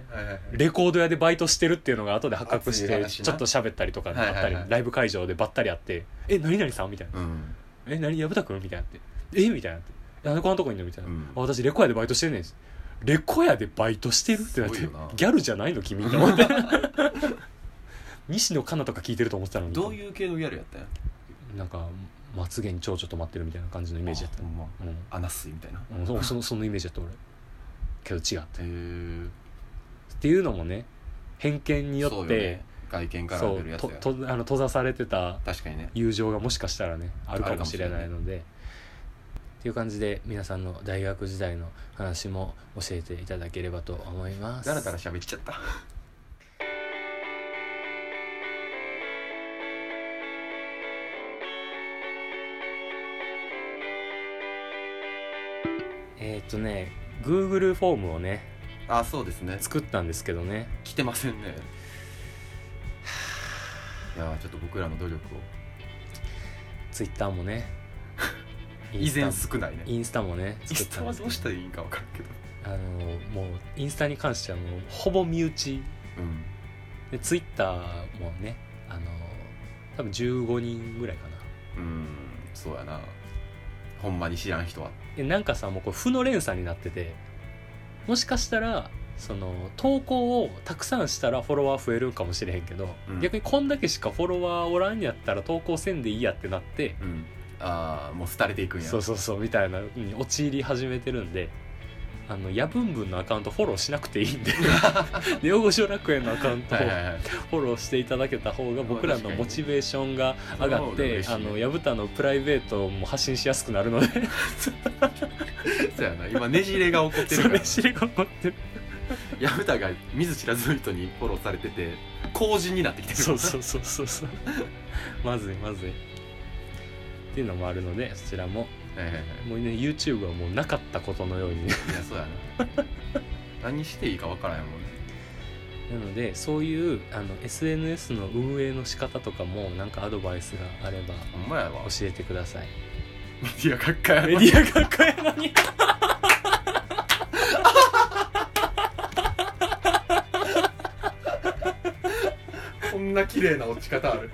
[SPEAKER 1] レコード屋でバイトしてるっていうのが後で発覚し
[SPEAKER 2] 熱い
[SPEAKER 1] て
[SPEAKER 2] 話な
[SPEAKER 1] ちょっと喋ったりとかあった
[SPEAKER 2] はい
[SPEAKER 1] り
[SPEAKER 2] はいはい
[SPEAKER 1] ライブ会場でばったり会って「え何々さん?」みたいな
[SPEAKER 2] うん
[SPEAKER 1] 「え何薮田君?」みたいなって「えみたいなって「あこんなとこにいんの?」みたいな
[SPEAKER 2] うん
[SPEAKER 1] 「あ私レコヤでバイトしてんねん」レコヤでバイトしてるってなって
[SPEAKER 2] すごいよな
[SPEAKER 1] ギャルじゃないの君って思って 西野カナとか聞いてると思ってたのに
[SPEAKER 2] どういう系のギャルやったんや
[SPEAKER 1] なんかまつげに蝶々止まってるみたいな感じのイ
[SPEAKER 2] イ
[SPEAKER 1] メージやった
[SPEAKER 2] ほんま
[SPEAKER 1] う、
[SPEAKER 2] アナスイみたいなん
[SPEAKER 1] うん、そ そのそのイメージやった俺けど違う
[SPEAKER 2] へえ
[SPEAKER 1] っていうのもね偏見によ
[SPEAKER 2] そう
[SPEAKER 1] っ
[SPEAKER 2] よ
[SPEAKER 1] て
[SPEAKER 2] ね外見から
[SPEAKER 1] そ
[SPEAKER 2] 出
[SPEAKER 1] う,、
[SPEAKER 2] るやつ
[SPEAKER 1] と
[SPEAKER 2] や
[SPEAKER 1] とあの閉ざされてた
[SPEAKER 2] 確かにね
[SPEAKER 1] 友情がもしかしたらねあるかもしれな
[SPEAKER 2] あ
[SPEAKER 1] い
[SPEAKER 2] るか
[SPEAKER 1] のでっていう感じで皆さんの大学時代の話も教えていただければと思います
[SPEAKER 2] だらだら喋っちゃった
[SPEAKER 1] えーっ、とね Google フォームをね
[SPEAKER 2] あそうですね
[SPEAKER 1] 作ったんですけどね
[SPEAKER 2] 来てませんねいやーちょっと僕らの努力を
[SPEAKER 1] Twitter もね
[SPEAKER 2] 以前
[SPEAKER 1] インス
[SPEAKER 2] 少ないね
[SPEAKER 1] タインスタもね
[SPEAKER 2] イン
[SPEAKER 1] 作っ
[SPEAKER 2] ス
[SPEAKER 1] た
[SPEAKER 2] タ
[SPEAKER 1] んで
[SPEAKER 2] は
[SPEAKER 1] すけ
[SPEAKER 2] ど
[SPEAKER 1] ど
[SPEAKER 2] うしたらいいんか分からんけど
[SPEAKER 1] あのもうインスタに関してはもうほぼ身内
[SPEAKER 2] うん
[SPEAKER 1] でツイッターもねあの多分15人ぐらいかな
[SPEAKER 2] うんそうやなほんまに知らん人は
[SPEAKER 1] でなんかさもうこう負の連鎖になっててもしかしたらその投稿をたくさんしたらフォロワー増えるんかもしれへんけど、
[SPEAKER 2] うん
[SPEAKER 1] 逆にこんだけしかフォロワーおらんやったら投稿せんでいいやってなって、
[SPEAKER 2] うんああもう廃れていくんや
[SPEAKER 1] そうそうそうみたいなのに陥り始めてるんであのヤブンブンのアカウントフォローしなくていい んでネオ五条楽園のアカウントを
[SPEAKER 2] はいはいはい
[SPEAKER 1] フォローしていただけた方が僕ら
[SPEAKER 2] まあ確
[SPEAKER 1] の
[SPEAKER 2] かに
[SPEAKER 1] モチベーションが上がっ
[SPEAKER 2] その方が
[SPEAKER 1] て
[SPEAKER 2] 嬉しい
[SPEAKER 1] あの薮田のプライベートも発信しやすくなるので
[SPEAKER 2] そうやな今ねじれが起こっ てる
[SPEAKER 1] そ
[SPEAKER 2] から
[SPEAKER 1] れ知れが残ってる
[SPEAKER 2] ヤブタが見ず知らずの人にフォローされてて後人になってきてる
[SPEAKER 1] そうそうそうそうそう まずいまずいっていうのもあるのでそちらも
[SPEAKER 2] はいはいはい
[SPEAKER 1] もうね YouTube はもうなかったことのように ね
[SPEAKER 2] いやそうやな何していいかわからへんもんね
[SPEAKER 1] なのでそういうあの SNS の運営の仕方とかもなんかアドバイスがあれば
[SPEAKER 2] ほんまやわ
[SPEAKER 1] 教えてください
[SPEAKER 2] メディア学会
[SPEAKER 1] メディア学会なのに
[SPEAKER 2] こんな綺麗な落ち方ある